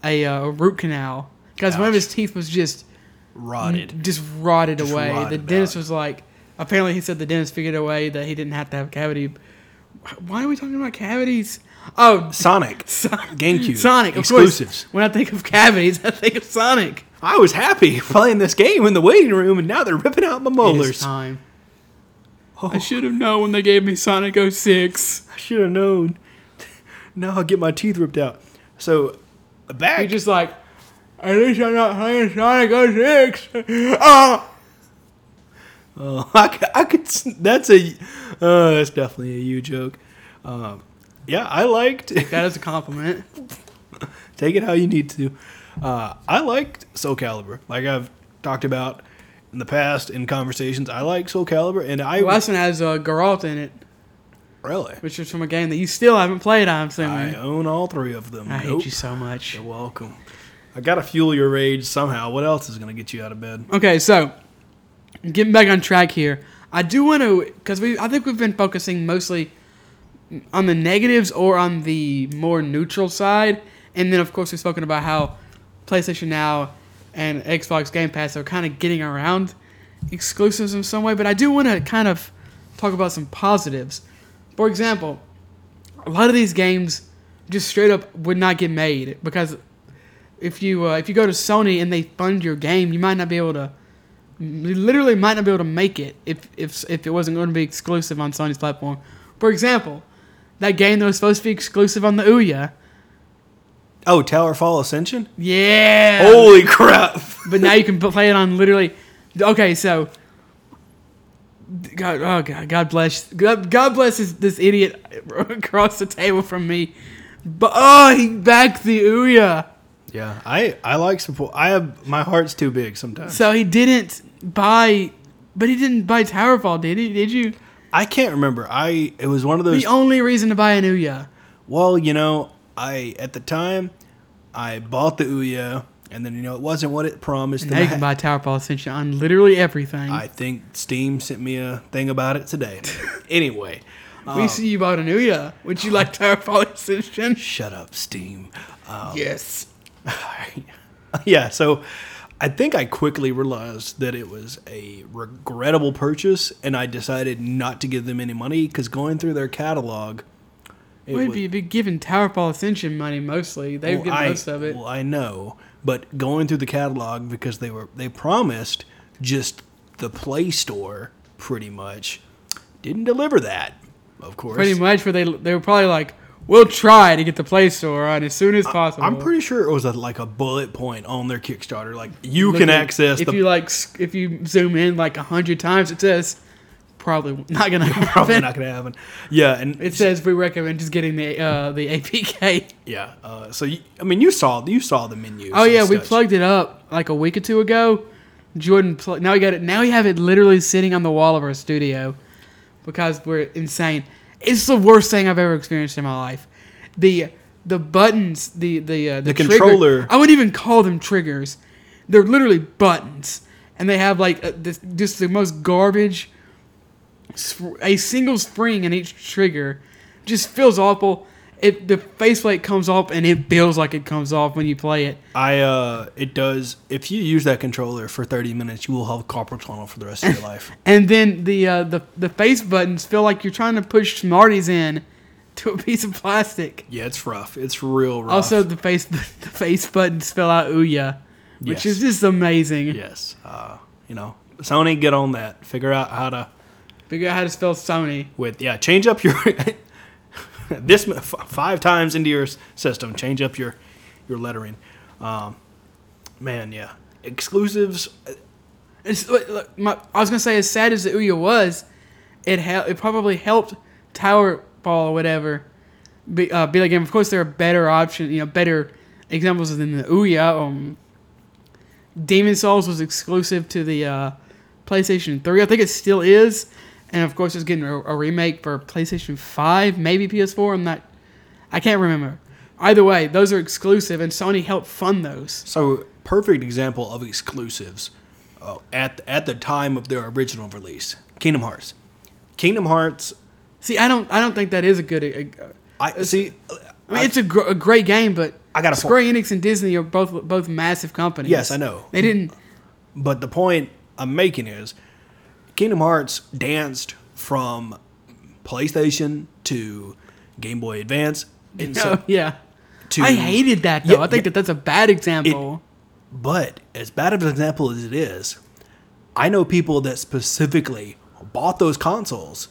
A: a, uh, root canal because one of
B: Ouch.
A: his teeth was just
B: Rotted.
A: just rotted
B: Just
A: away. the
B: rotted
A: dentist
B: out.
A: was like, apparently he said the dentist figured away that he didn't have to have a cavity. Wh- Why are we talking about cavities? Oh,
B: [laughs] Sonic.
A: Sonic.
B: GameCube.
A: Sonic, of
B: Exclusives.
A: course. When I think of cavities, I think of Sonic.
B: I was happy [laughs] playing this game in the waiting room, and now they're ripping out my
A: It is
B: molars. Oh,
A: time. I should have known when they gave me Sonic 06.
B: I should have known. [laughs] now I'll get my teeth ripped out. So, back.
A: You're just like, at least I'm not playing Sonic 06. Ah!
B: [laughs] Oh, I, c- I could. s- That's a. Uh, that's definitely a you joke. Um, yeah, I liked. [laughs]
A: That is a compliment.
B: take it how you need to. Uh, I liked Soul Calibur. Like I've talked about in the past in conversations, I like Soul Calibur, and I
A: The last one has uh, Geralt in it,
B: really.
A: which is from a game that you still haven't played, I'm assuming.
B: I own all three of them.
A: I hate
B: Nope.
A: you so much.
B: You're welcome. I gotta fuel your rage somehow. What else is gonna get you out of bed?
A: Okay, so getting back on track here, I do want to because we I think we've been focusing mostly on the negatives or on the more neutral side, and then of course we've spoken about how PlayStation Now and Xbox Game Pass are kind of getting around exclusives in some way, but I do want to kind of talk about some positives. For example, a lot of these games just straight up would not get made because if you uh, if you go to Sony and they fund your game, you might not be able to you literally might not be able to make it if if if it wasn't going to be exclusive on Sony's platform. For example, that game that was supposed to be exclusive on the Ouya.
B: Oh, Tower Fall Ascension?
A: Yeah.
B: Holy crap.
A: But now you can play it on literally. Okay, so God, oh God, God bless, God, God bless this, this idiot [laughs] across the table from me. But oh, he backed the Ouya.
B: [laughs] Yeah, I I like support. I have my heart's too big sometimes.
A: So he didn't buy, but he didn't buy Towerfall, did he? Did you?
B: I can't remember. I it was one of those.
A: The only reason to buy an Ouya.
B: well, you know, I at the time I bought the Ouya, and then you know it wasn't what it promised.
A: Now you
B: and I-
A: can buy Towerfall Ascension on literally everything.
B: I think Steam sent me a thing about it [laughs] today. anyway,
A: we see you bought an Ouya. Would you like Towerfall
B: [laughs]
A: Ascension?
B: shut up, Steam. Oh.
A: Yes.
B: [laughs] yeah, so I think I quickly realized that it was a regrettable purchase, and I decided not to give them any money because going through their catalog, it
A: We'd
B: was-
A: be, be giving Towerfall Ascension money mostly. They would
B: Well,
A: get
B: I,
A: most of it.
B: Well, I know, but going through the catalog because they were they promised just the Play Store pretty much didn't deliver that. Of course,
A: Pretty much, where they they were probably like, "We'll try to get the Play Store on as soon as possible."
B: I'm pretty sure it was a, like a bullet point on their Kickstarter, like you can
A: Literally,
B: access
A: if
B: the
A: you like s- if you zoom in like a hundred times, it says probably not gonna happen.
B: [laughs] [laughs]
A: [laughs]
B: probably not going to happen. Yeah, and
A: It says we recommend just getting the uh, the APK.
B: Yeah. Uh, so you, I mean, you saw you saw the menu.
A: Oh yeah, we plugged it up like a week or two ago. Jordan, pl- now we got it. Now we have it literally sitting on the wall of our studio because we're insane. It's the worst thing I've ever experienced in my life. The the buttons, the the uh, the,
B: The
A: trigger-
B: controller.
A: I wouldn't even call them triggers. They're literally buttons, and they have like a, this, just the most garbage. sp- A single spring in each trigger just feels awful. It the faceplate comes off and it feels like it comes off when you play it.
B: I uh, it does. If you use that controller for 30 minutes, you will have carpal tunnel for the
A: [laughs]
B: rest of your life.
A: And then the uh, the the face buttons feel like you're trying to push Smarties in to a piece of plastic.
B: Yeah, it's rough. It's real rough.
A: Also, the face [laughs] the face buttons spell out Ouya, which
B: Yes.
A: is just amazing.
B: yes. Uh, you know, Sony, get on that. Figure out how to
A: Figure out how to spell Sony.
B: with yeah. Change up your [laughs] this m- f- five times into your s- system. Change up your your lettering. Um, man, yeah. Exclusives.
A: It's, look, look, my, I was gonna say, as sad as the Ouya was, it hel- it probably helped Towerfall or whatever be, uh, be like. And of course, there are better options, you know, better examples than the Ouya. Um, Demon Souls was exclusive to the uh, PlayStation Three. I think it still is, and of course, it's getting a, a remake for PlayStation Five, maybe PS4. I'm not, I can't remember. Either way, those are exclusive, and Sony helped fund those.
B: So perfect example of exclusives uh, at at the time of their original release. Kingdom Hearts. Kingdom Hearts.
A: See, I don't, I don't think that is a good. uh,
B: I see.
A: I mean, it's a, gr- a great game, but
B: I got a
A: Square Enix and Disney are both both massive companies.
B: Yes, I know.
A: They didn't.
B: But the point I'm making is, Kingdom Hearts danced from PlayStation to Game Boy Advance,
A: [laughs]
B: and so
A: oh, yeah,
B: to
A: I hated that though.
B: Yeah,
A: I think that that's a bad example.
B: But as bad of an example as it is, I know people that specifically bought those consoles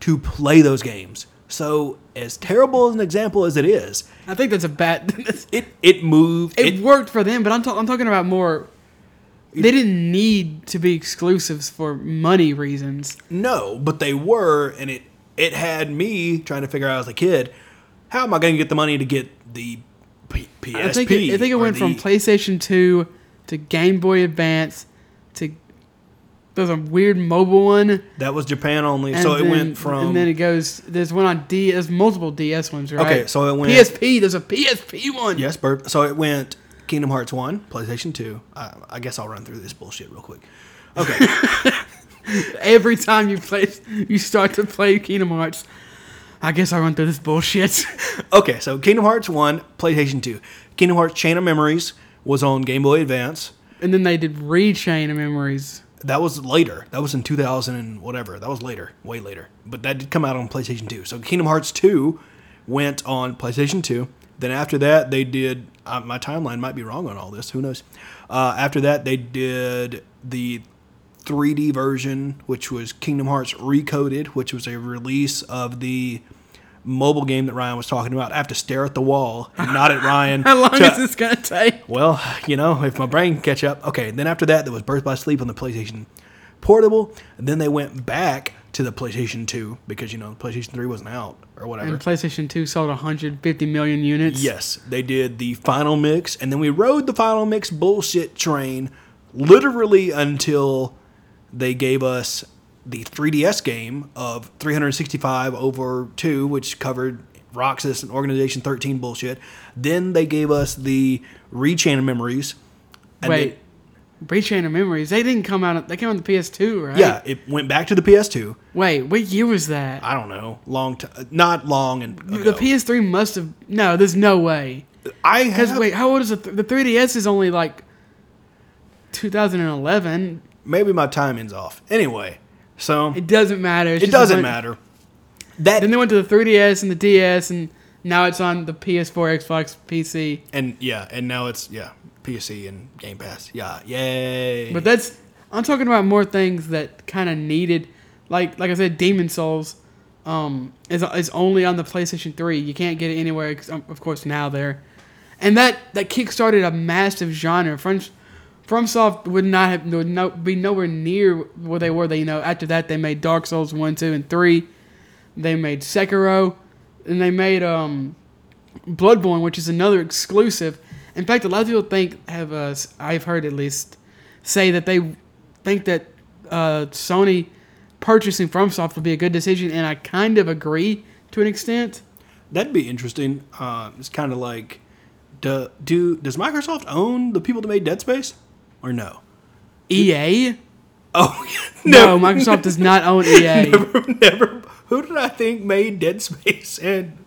B: to play those games. So as terrible as an example as it is,
A: I think that's a bad. [laughs] it,
B: it it moved. It,
A: worked for them, but I'm ta- I'm talking about more. They didn't need to be exclusives for money reasons.
B: no, but they were, and it it had me trying to figure out as a kid, how am I going to get the money to get the P- PSP?
A: I think it, I think it
B: or
A: went from
B: the-
A: PlayStation 2 to Game Boy Advance to there's a weird mobile one.
B: that was Japan only,
A: And
B: so it
A: then-
B: went from
A: and then it goes. There's one on D. There's multiple DS ones, right?
B: Okay, so it went-
A: PSP. There's a PSP one.
B: Yes, Bert. So it went Kingdom Hearts 1, PlayStation 2. I, I guess I'll run through this bullshit real quick.
A: [laughs]
B: Okay.
A: Every time you play, you start to play Kingdom Hearts. I guess I run through this bullshit. [laughs]
B: okay, so Kingdom Hearts 1, PlayStation 2. Kingdom Hearts Chain of Memories was on Game Boy Advance.
A: and then they did Rechain of Memories.
B: That was later. That was in 2000 and whatever. That was later, way later. But that did come out on PlayStation 2. So Kingdom Hearts 2 went on PlayStation 2. Then after that, they did. Uh, my timeline might be wrong on all this. Who knows? Uh, after that, they did the 3D version, which was Kingdom Hearts Recoded, which was a release of the mobile game that Ryan was talking about. I have to stare at the wall and nod at Ryan.
A: [laughs] How long
B: to-
A: is this gonna take?
B: well, you know, if my brain can catch up. Okay, then after that, there was Birth by Sleep on the PlayStation Portable. And then they went back to the PlayStation 2 because, you know, PlayStation 3 wasn't out or whatever.
A: And PlayStation 2 sold 150 million units.
B: Yes, they did the final mix. And then we rode the final mix bullshit train literally until they gave us the 3DS game of 365 over 2, which covered Roxas and Organization 13 bullshit. Then they gave us the Rechain of Memories. And they-
A: Wait, Rechain of Memories. They didn't come out. They came on the PS2, right?
B: Yeah, it went back to the PS2.
A: Wait, what year was that?
B: I don't know, long time, not long and
A: the PS3 must have. No, there's no way.
B: I
A: Because
B: have
A: wait, how old is the th- the 3DS? Is only like 2011.
B: maybe my timing's off. Anyway, so it,
A: It doesn't matter. It's just a
B: doesn't
A: bunch-
B: matter. That
A: Then they went to the 3DS and the DS, and now it's on the PS4, Xbox, PC.
B: and yeah, and now it's yeah, PC and Game Pass. Yeah, yay.
A: But that's I'm talking about more things that kind of needed, like like I said, Demon Souls, um, is is only on the PlayStation Three. You can't get it anywhere, ex- um, of course, now there, and that that kickstarted a massive genre. From FromSoft would not have would no, be nowhere near where they were. They you know after that they made Dark Souls one, two, and three. They made Sekiro, and they made um, Bloodborne, which is another exclusive. In fact, a lot of people think have uh, s- I've heard at least say that they think that uh, Sony purchasing FromSoft would be a good decision, and I kind of agree to an extent.
B: That'd be interesting. Uh, it's kind of like, do, do does Microsoft own the people that made Dead Space, or no? [laughs]
A: EA?
B: Oh
A: E No, Microsoft does not own E EA.
B: [laughs] never, never. Who did I think made Dead Space? [laughs] And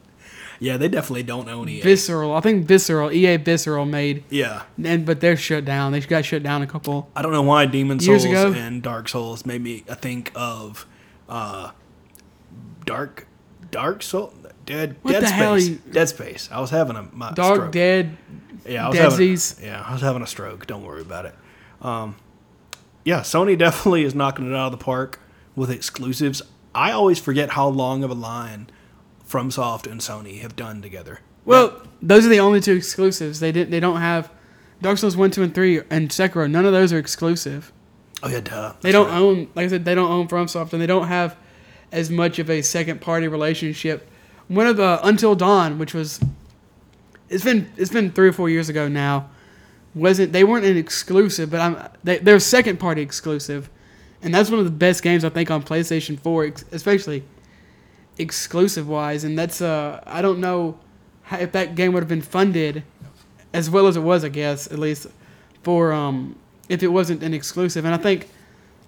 B: yeah, they definitely don't own EA.
A: Visceral, I think Visceral, EA Visceral made,
B: yeah,
A: and but they're shut down. They got shut down a couple.
B: I don't know why Demon
A: Years
B: Souls
A: ago?
B: and Dark Souls made me think of uh, Dark Dark Soul Dead
A: What
B: Dead
A: the
B: Space
A: hell you-
B: Dead Space. I was having a my
A: Dog
B: stroke.
A: Dead.
B: yeah, I was
A: Deadsies.
B: having, yeah, I was having a stroke. Don't worry about it. Um, yeah, Sony [laughs] definitely is knocking it out of the park with exclusives. I always forget how long of a line FromSoft and Sony have done together.
A: Well, those are the only two exclusives. They didn't. They don't have Dark Souls one, two, and three, and Sekiro. None of those are exclusive.
B: Oh yeah, duh.
A: They don't own, like I said, they don't own FromSoft, and they don't have as much of a second party relationship. One of the Until Dawn, which was, it's been it's been three or four years ago now, wasn't they weren't an exclusive, but I'm they, they're a second party exclusive, and that's one of the best games I think on PlayStation Four, ex- especially exclusive wise. And that's uh I don't know how, if that game would have been funded as well as it was, I guess at least for um if it wasn't an exclusive, and I think.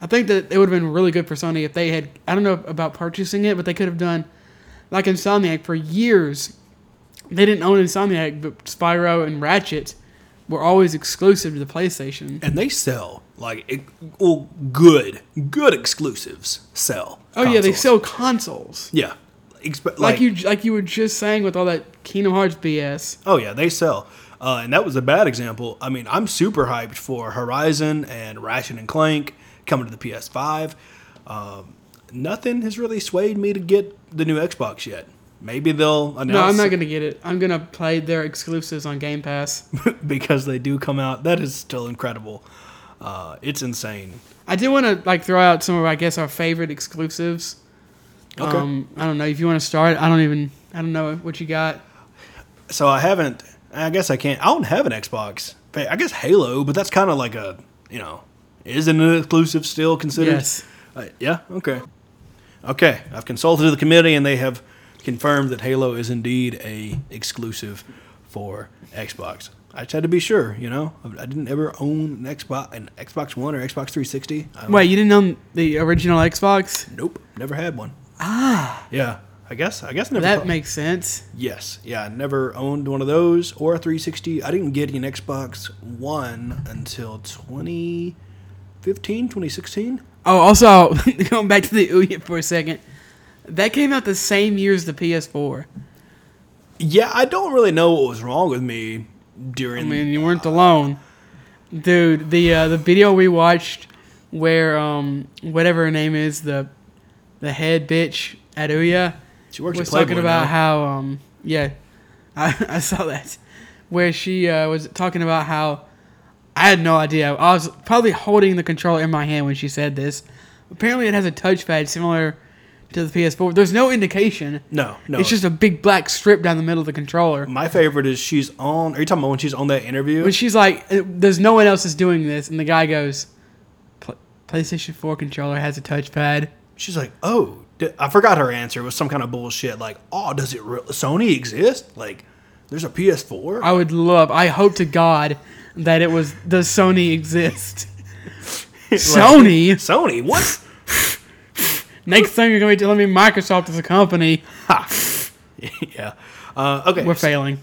A: I think that it would have been really good for Sony if they had. I don't know about purchasing it, but they could have done like Insomniac for years. They didn't own Insomniac, but Spyro and Ratchet were always exclusive to the PlayStation.
B: and they sell like it, well, good good exclusives sell.
A: Oh yeah, they
B: consoles.
A: sell consoles.
B: Yeah, Expe-
A: Like, you, like you were just saying with all that Kingdom Hearts BS.
B: Oh yeah, they sell. Uh, and that was a bad example. I mean, I'm super hyped for Horizon and Ratchet and Clank coming to the PS5. Um, nothing has really swayed me to get the new Xbox yet. Maybe they'll announce
A: No, I'm not gonna get it. I'm gonna play their exclusives on Game Pass.
B: [laughs] because they do come out. That is still incredible. Uh, it's insane.
A: I do want to like throw out some of I guess our favorite exclusives.
B: Okay.
A: Um, I don't know if you want to start. I don't even. I don't know what you got.
B: so I haven't. I guess I can't. I don't have an Xbox. I guess Halo, but that's kind of like a you know, isn't an exclusive still considered?
A: Yes.
B: Uh, yeah. Okay. Okay. I've consulted the committee, and they have confirmed that Halo is indeed a exclusive for Xbox. I just had to be sure. You know, I I didn't ever own an Xbox, an Xbox One or Xbox 360. I don't-
A: Wait, you didn't own the original Xbox?
B: Nope. Never had one. Ah. Yeah. I guess I guess I never.
A: that
B: pro-
A: makes sense.
B: yes, yeah. I never owned one of those or a 360. I didn't get an Xbox One until 2015, 2016.
A: Oh, also [laughs] going back to the Ouya for a second, that came out the same year as the PS4.
B: Yeah, I don't really know what was wrong with me
A: I
B: during.
A: mean, you weren't alone, dude. The uh, the video we watched where um whatever her name is the the head bitch at Ouya
B: she works
A: was
B: at Playboy
A: talking about
B: now.
A: how um yeah I, I saw that where she uh, was talking about how I had no idea I was probably holding the controller in my hand when she said this. Apparently, it has a touchpad similar to the PS4. There's no indication.
B: no, no.
A: It's just a big black strip down the middle of the controller.
B: my favorite is she's on. Are you talking about when she's on that interview?
A: But she's like, "Uh, "There's no one else that's doing this," and the guy goes, "Pl- "PlayStation 4 controller has a touchpad."
B: She's like, oh, d- I forgot her answer. It was some kind of bullshit. Like, oh, does it re- Sony exist? Like, there's a PS4.
A: I would love. I hope to God that it was. Does Sony
B: [laughs]
A: exist? Sony. [laughs]
B: Sony, what?
A: Next thing you're gonna be telling me Microsoft is a company.
B: [laughs] yeah. Uh, okay.
A: We're failing.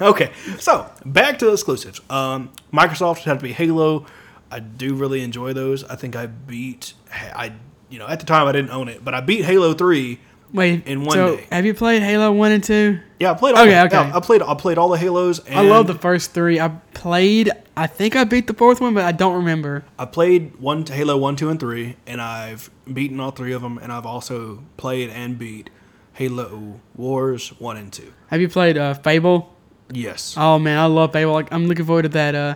B: Okay. So back to the exclusives. Um, Microsoft had to be Halo. I do really enjoy those. I think I beat. I you know at the time I didn't own it, but I beat Halo Three.
A: Wait.
B: In one
A: so
B: day.
A: have you played Halo One and Two?
B: Yeah, I played. All
A: Okay,
B: the,
A: okay.
B: yeah, I played. I played all the Halos. And
A: I love the first three. I played. I think I beat the fourth one, but I don't remember.
B: I played one Halo one, two, and three, and I've beaten all three of them, and I've also played and beat Halo Wars one and two.
A: Have you played uh, Fable?
B: Yes.
A: Oh man, I love Fable. Like, I'm looking forward to that uh,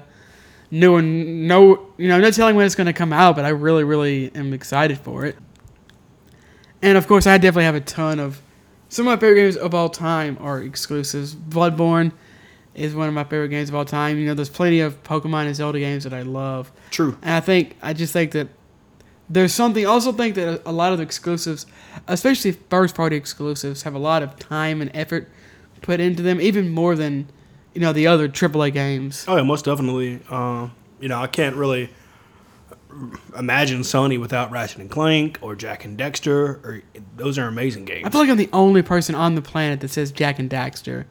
A: new one. No, you know, no telling when it's going to come out, but I really, really am excited for it. And of course, I definitely have a ton of some of my favorite games of all time are exclusives. Bloodborne is one of my favorite games of all time. You know, there's plenty of Pokemon and Zelda games that I love,
B: True.
A: and I think I just think that there's something. I also think that a lot of the exclusives, especially first party exclusives, have a lot of time and effort put into them, even more than you know the other AAA games.
B: Oh yeah, most definitely. Uh, you know, I can't really imagine Sony without Ratchet and Clank or Jack and Dexter. Or those are amazing games.
A: I feel like I'm the only person on the planet that says Jack and Daxter.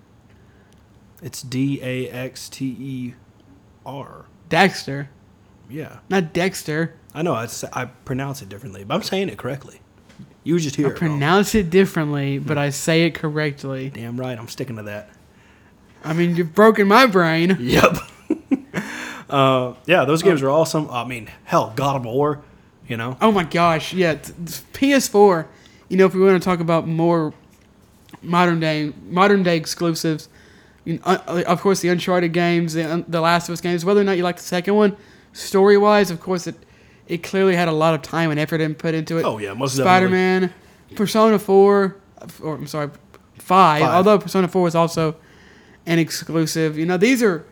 B: it's D A X T E R.
A: Daxter,
B: Yeah,
A: not Dexter.
B: I know. I, s- I pronounce it differently, but I'm saying it correctly. You just hear
A: I
B: it wrong.
A: pronounce it differently, but I say it correctly.
B: Damn right, I'm sticking to that.
A: I mean, you've broken my brain.
B: Yep. [laughs] uh, yeah, those games are awesome. I mean, hell, God of War. You know,
A: Oh my gosh, yeah. t- t- PS4. You know, if we want to talk about more modern day modern day exclusives, you know, uh, of course the Uncharted games, the, Un- the Last of Us games. Whether or not you like the second one, story wise, of course it it clearly had a lot of time and effort and put into it.
B: Oh, yeah, most definitely.
A: Spider Man, Persona Four, or I'm sorry, five,
B: Five.
A: Although Persona Four is also an exclusive. You know, these are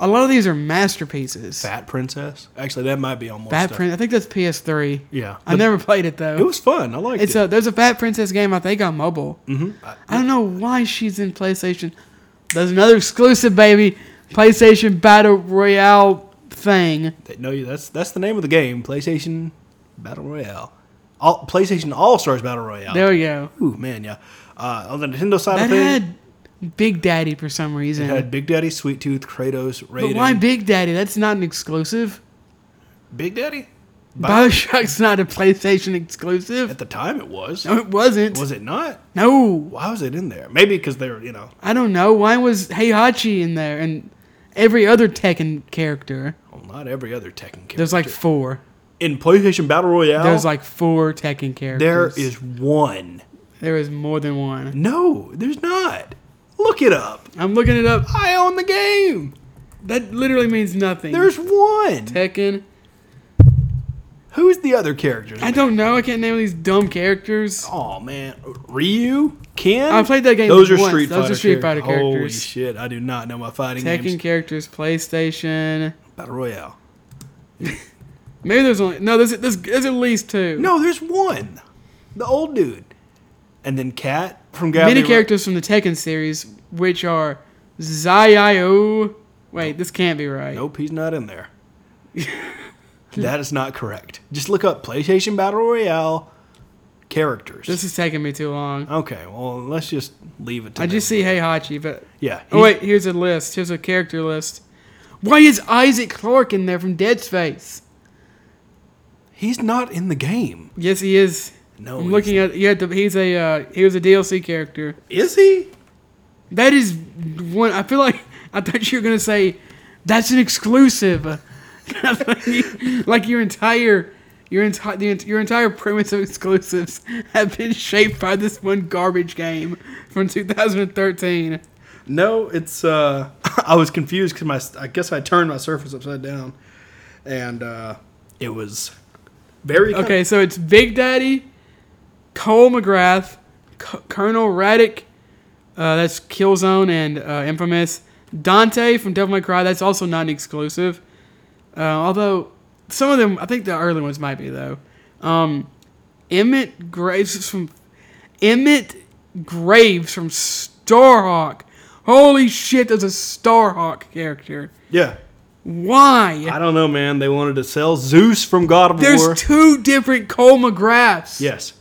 A: a lot of these are masterpieces.
B: Fat Princess. Actually, that might be on more
A: Fat
B: stuff.
A: Prince. I think that's PS3.
B: Yeah.
A: I never played it though.
B: It was fun. I liked
A: It's
B: it.
A: a there's a Fat Princess game I think on mobile.
B: mm-hmm. I,
A: I don't know why she's in PlayStation. There's another exclusive baby PlayStation Battle Royale thing.
B: That- No, you- that's that's the name of the game. PlayStation Battle Royale. All PlayStation All Stars Battle Royale.
A: There we go.
B: Ooh man, yeah. Uh, on the Nintendo side
A: That
B: of things,
A: had Big Daddy for some reason.
B: it had Big Daddy, Sweet Tooth, Kratos, Raiden.
A: but why Big Daddy? That's not an exclusive.
B: Big Daddy? Bio-
A: Bioshock's not a PlayStation exclusive.
B: At the time, it was.
A: No, it wasn't.
B: Was it not?
A: no,
B: Why was it in there? Maybe because they were, you know.
A: I don't know. Why was Heihachi in there and every other Tekken character?
B: Well, not every other Tekken character.
A: There's like four.
B: in PlayStation Battle Royale.
A: There's like four Tekken
B: there
A: characters.
B: is one.
A: There is more than one.
B: No, there's not. Look it up.
A: I'm looking it up.
B: I own the game.
A: That literally means nothing.
B: There's one.
A: Tekken.
B: Who's the other characters?
A: I don't know. I can't name these dumb characters.
B: Oh man, Ryu, Ken.
A: I played that game
B: Those are
A: once.
B: Street
A: Those are
B: Fighter.
A: Street Fighter
B: characters. Holy
A: characters.
B: shit! I do not know my fighting
A: Tekken
B: games.
A: characters, PlayStation.
B: Battle Royale.
A: Maybe there's only no. There's there's, there's at least two.
B: No, there's one. The old dude, and then Cat from Gravity.
A: many
B: Ru-
A: characters from the Tekken series, which are Zio. Wait, this can't be right.
B: Nope, he's not in there. [laughs] that is not correct. Just look up PlayStation Battle Royale, characters.
A: This is taking me too long.
B: okay, well, let's just leave it to
A: I just
B: them.
A: see Hey Hachi, but
B: Yeah.
A: oh wait, here's a list. Here's a character list. Why is Isaac Clarke in there from Dead Space?
B: He's not in the game.
A: Yes, he is.
B: No,
A: I'm looking at you had to, he's a uh, he was a DLC character.
B: Is he?
A: That is one. I feel like [laughs] I thought you were gonna say that's an exclusive. [laughs] like your entire your entire your entire premise of exclusives [laughs] have been shaped by this one garbage game from 2013.
B: No, it's. uh [laughs] I was confused because my. I guess I turned my Surface upside down, and uh it was very con-
A: Okay, so it's Big Daddy, Cole McGrath, C- Colonel Raddick, uh, that's Killzone and uh, Infamous, Dante from Devil May Cry, that's also not an exclusive. Uh, although, some of them, I think the early ones might be, though. Um, Emmett Graves from. Emmett Graves from Starhawk. Holy shit, there's a Starhawk character.
B: Yeah,
A: Why?
B: I don't know, man. They wanted to sell Zeus from God of War.
A: There's two different Cole McGraths.
B: yes,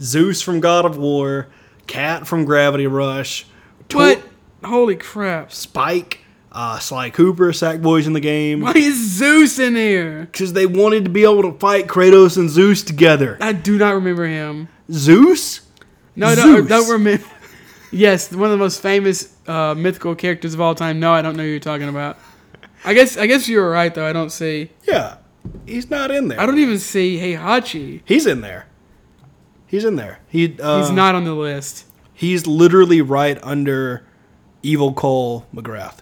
B: Zeus from God of War, Cat from Gravity Rush, Tor-
A: What? Holy crap. [laughs]
B: Spike, uh, Sly Cooper, Sackboys in the game
A: Why is Zeus in here?
B: because they wanted to be able to fight Kratos and Zeus together.
A: I do not remember him.
B: Zeus.
A: No, don't,
B: Zeus.
A: don't remember. [laughs] Yes, one of the most famous uh, mythical characters of all time. No, I don't know who you're talking about. I guess I guess you were right though. I don't see.
B: Yeah, he's not in there.
A: I don't even see Heihachi.
B: He's in there. He's in there. He uh,
A: He's not on the list.
B: He's literally right under Evil Cole McGrath.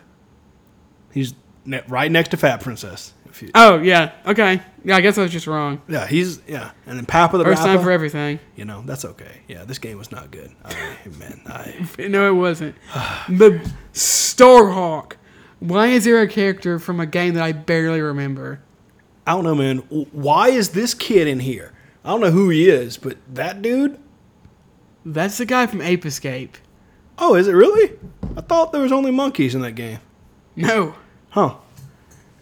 B: He's ne- right next to Fat Princess. If you,
A: Oh yeah. Okay. Yeah, I guess I was just wrong.
B: yeah, he's yeah, and then Papa the
A: First
B: Rapper.
A: time for everything. [laughs]
B: you know that's okay. Yeah, this game was not good. I, man, I
A: No, it wasn't. the Starhawk. Why is there a character from a game that I barely remember?
B: I don't know, man. W- Why is this kid in here? I don't know who he is, but that dude.
A: That's the guy from Ape Escape.
B: Oh, is it really? I thought there was only monkeys in that game.
A: No.
B: Huh?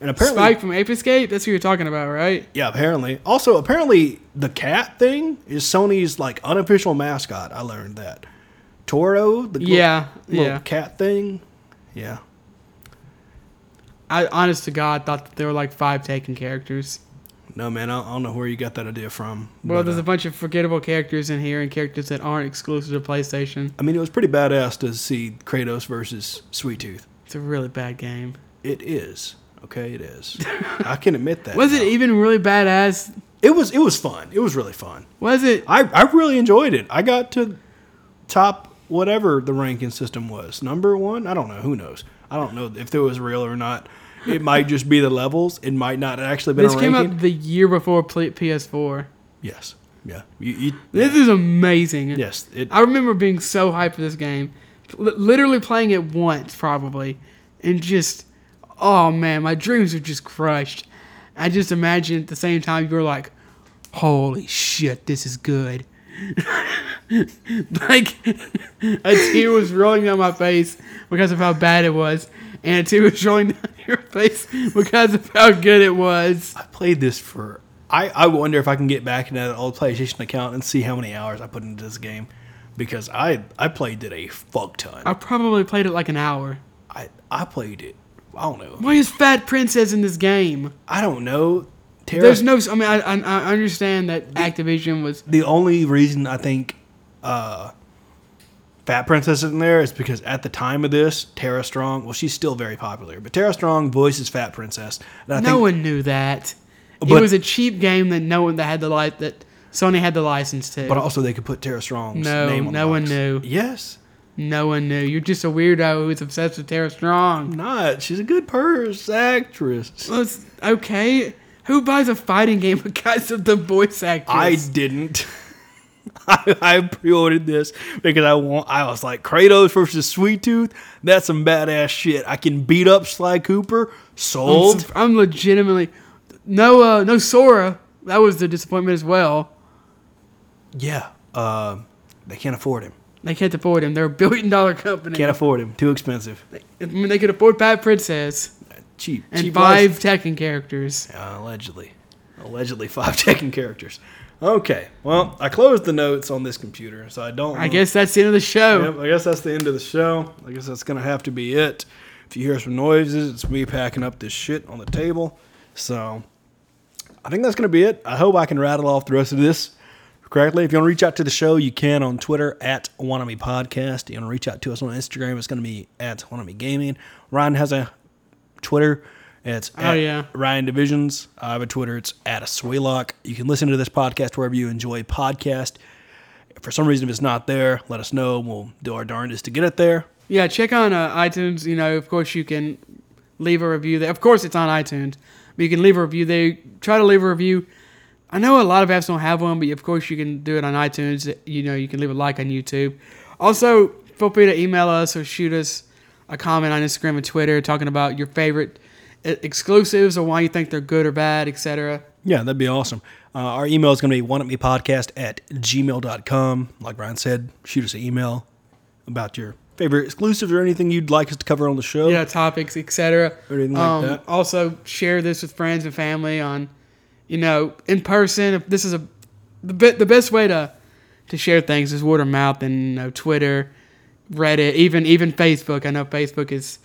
B: And apparently,
A: Spike from Ape Escape? That's who you're talking about, right?
B: Yeah, apparently. Also, apparently, the cat thing is Sony's like unofficial mascot. I learned that. Toro, the little-
A: Yeah,
B: little
A: yeah.
B: cat thing. Yeah,
A: I honest to God thought that there were like five taken characters.
B: no man, I, I don't know where you got that idea from.
A: Well,
B: but,
A: there's
B: uh,
A: a bunch of forgettable characters in here and characters that aren't exclusive to PlayStation.
B: I mean, it was pretty badass to see Kratos versus Sweet Tooth.
A: It's a really bad game.
B: It is okay.
A: [laughs]
B: It is. I can admit that.
A: Was
B: now.
A: it e- even really badass?
B: It was. It was fun. It was really fun.
A: Was it?
B: I I really enjoyed it. I got to top whatever the ranking system was. Number one, I don't know. Who knows? I don't know if it was real or not. It might just be the levels. It might not have actually been
A: This
B: a
A: came
B: ranking.
A: out the year before pl- PS4.
B: Yes. Yeah. You, you,
A: This is amazing.
B: yes. It,
A: I remember being so hyped for this game, L- literally playing it once probably, and just, oh man, my dreams were just crushed. I just imagine at the same time you were like, holy shit, this is good. [laughs] like a tear was rolling down my face because of how bad it was, and a tear was rolling down [laughs] your face because of how good it was.
B: I played this for. I, I wonder if I can get back into that old PlayStation account and see how many hours I put into this game, because I I played it a fuck ton.
A: I probably played it like an hour.
B: I I played it. I don't know.
A: Why is Fat Princess in this game?
B: I don't know. Terra,
A: There's no. I mean, I, I, I understand that Activision was.
B: the only reason I think uh, Fat Princess is in there is because at the time of this, Tara Strong, well, she's still very popular, but Tara Strong voices Fat Princess. And I
A: no
B: think,
A: one knew that. it
B: But-
A: was a cheap game that no one that had the li- that Sony had the license to.
B: But also, they could put Tara Strong's
A: No,
B: name on the
A: no one
B: box.
A: knew.
B: Yes,
A: no one knew. You're just a weirdo who's obsessed with Tara Strong.
B: not. She's a good purse actress.
A: Well, it's- okay. Who buys a fighting game [laughs] because of the voice
B: I
A: actress?
B: didn't. [laughs] I, I pre-ordered this because I want. I was like Kratos versus Sweet Tooth. That's some badass shit. I can beat up Sly Cooper.
A: I'm, [laughs]
B: Sold.
A: su- I'm legitimately no uh, no Sora. That was the disappointment as well.
B: yeah. Uh, they can't afford him.
A: They can't afford him. They're a billion dollar company.
B: Can't afford him. Too expensive.
A: I mean, they could afford Fat Princess
B: Cheap.
A: and
B: cheap [laughs]
A: five Tekken characters.
B: license. Uh, allegedly. Allegedly five [laughs] Tekken characters. Okay. Well, I closed the notes on this computer, so I don't.
A: I guess that's the end of the show.
B: Yep, I guess that's the end of the show. I guess that's gonna have to be it. If you hear some noises, it's me packing up this shit on the table. So I think that's gonna be it. I hope I can rattle off the rest of this correctly. If you want to reach out to the show, you can on Twitter at Wanami Podcast. You want to reach out to us on Instagram, it's gonna be at Wanami Gaming. Ryan has a Twitter. It's
A: Oh,
B: at
A: yeah.
B: Ryan Divisions. I have a Twitter. It's at Swaylock. You can listen to this podcast wherever you enjoy podcast. If for some reason, if it's not there, let us know. We'll do our darndest to get it there.
A: Yeah, check on uh, iTunes. You know, of course, you can leave a review there. Of course, it's on iTunes, but you can leave a review there. Try to leave a review. I know a lot of apps don't have one, but of course, you can do it on iTunes. You know, you can leave a like on YouTube. Also, feel free to email us or shoot us a comment on Instagram and Twitter talking about your favorite uh, exclusives or why you think they're good or bad, etc.
B: Yeah, that'd be awesome. Uh, our email is going to be one podcast at gmail.com. Like Ryan said, shoot us an email about your favorite exclusives or anything you'd like us to cover on the show.
A: yeah, topics, etc.
B: Or anything like that.
A: Also, share this with friends and family on, you know, in person. If this is a the be, the best way to to share things is word of mouth and you know, Twitter, Reddit, even even Facebook. I know Facebook is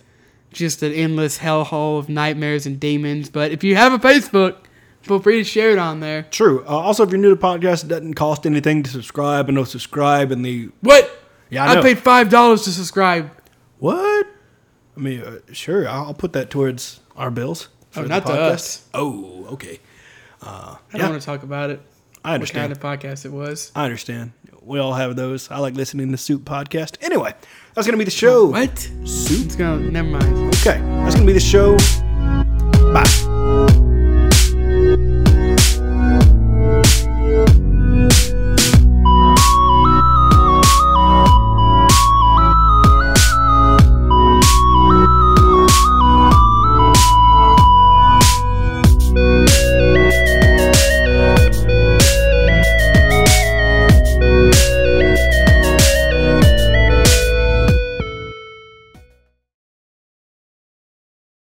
A: just an endless hellhole of nightmares and demons. But if you have a Facebook, feel free to share it on there.
B: True. Uh, also, if you're new to the podcast, it doesn't cost anything to subscribe. I know subscribe and the.
A: What?
B: Yeah, I know.
A: paid five dollars to subscribe.
B: What? I mean, uh, sure, I'll I'll put that towards our bills.
A: Oh,
B: for the
A: not to
B: podcast.
A: us.
B: Oh, okay.
A: I
B: Yeah.
A: don't want to talk about it.
B: I
A: What kind
B: understand.
A: of podcast it was?
B: I understand. We all have those. I like listening to Soup Podcast. Anyway, that's going to be the show.
A: What?
B: Soup?
A: It's gonna. Never mind.
B: Okay, that's going to be the show. Bye.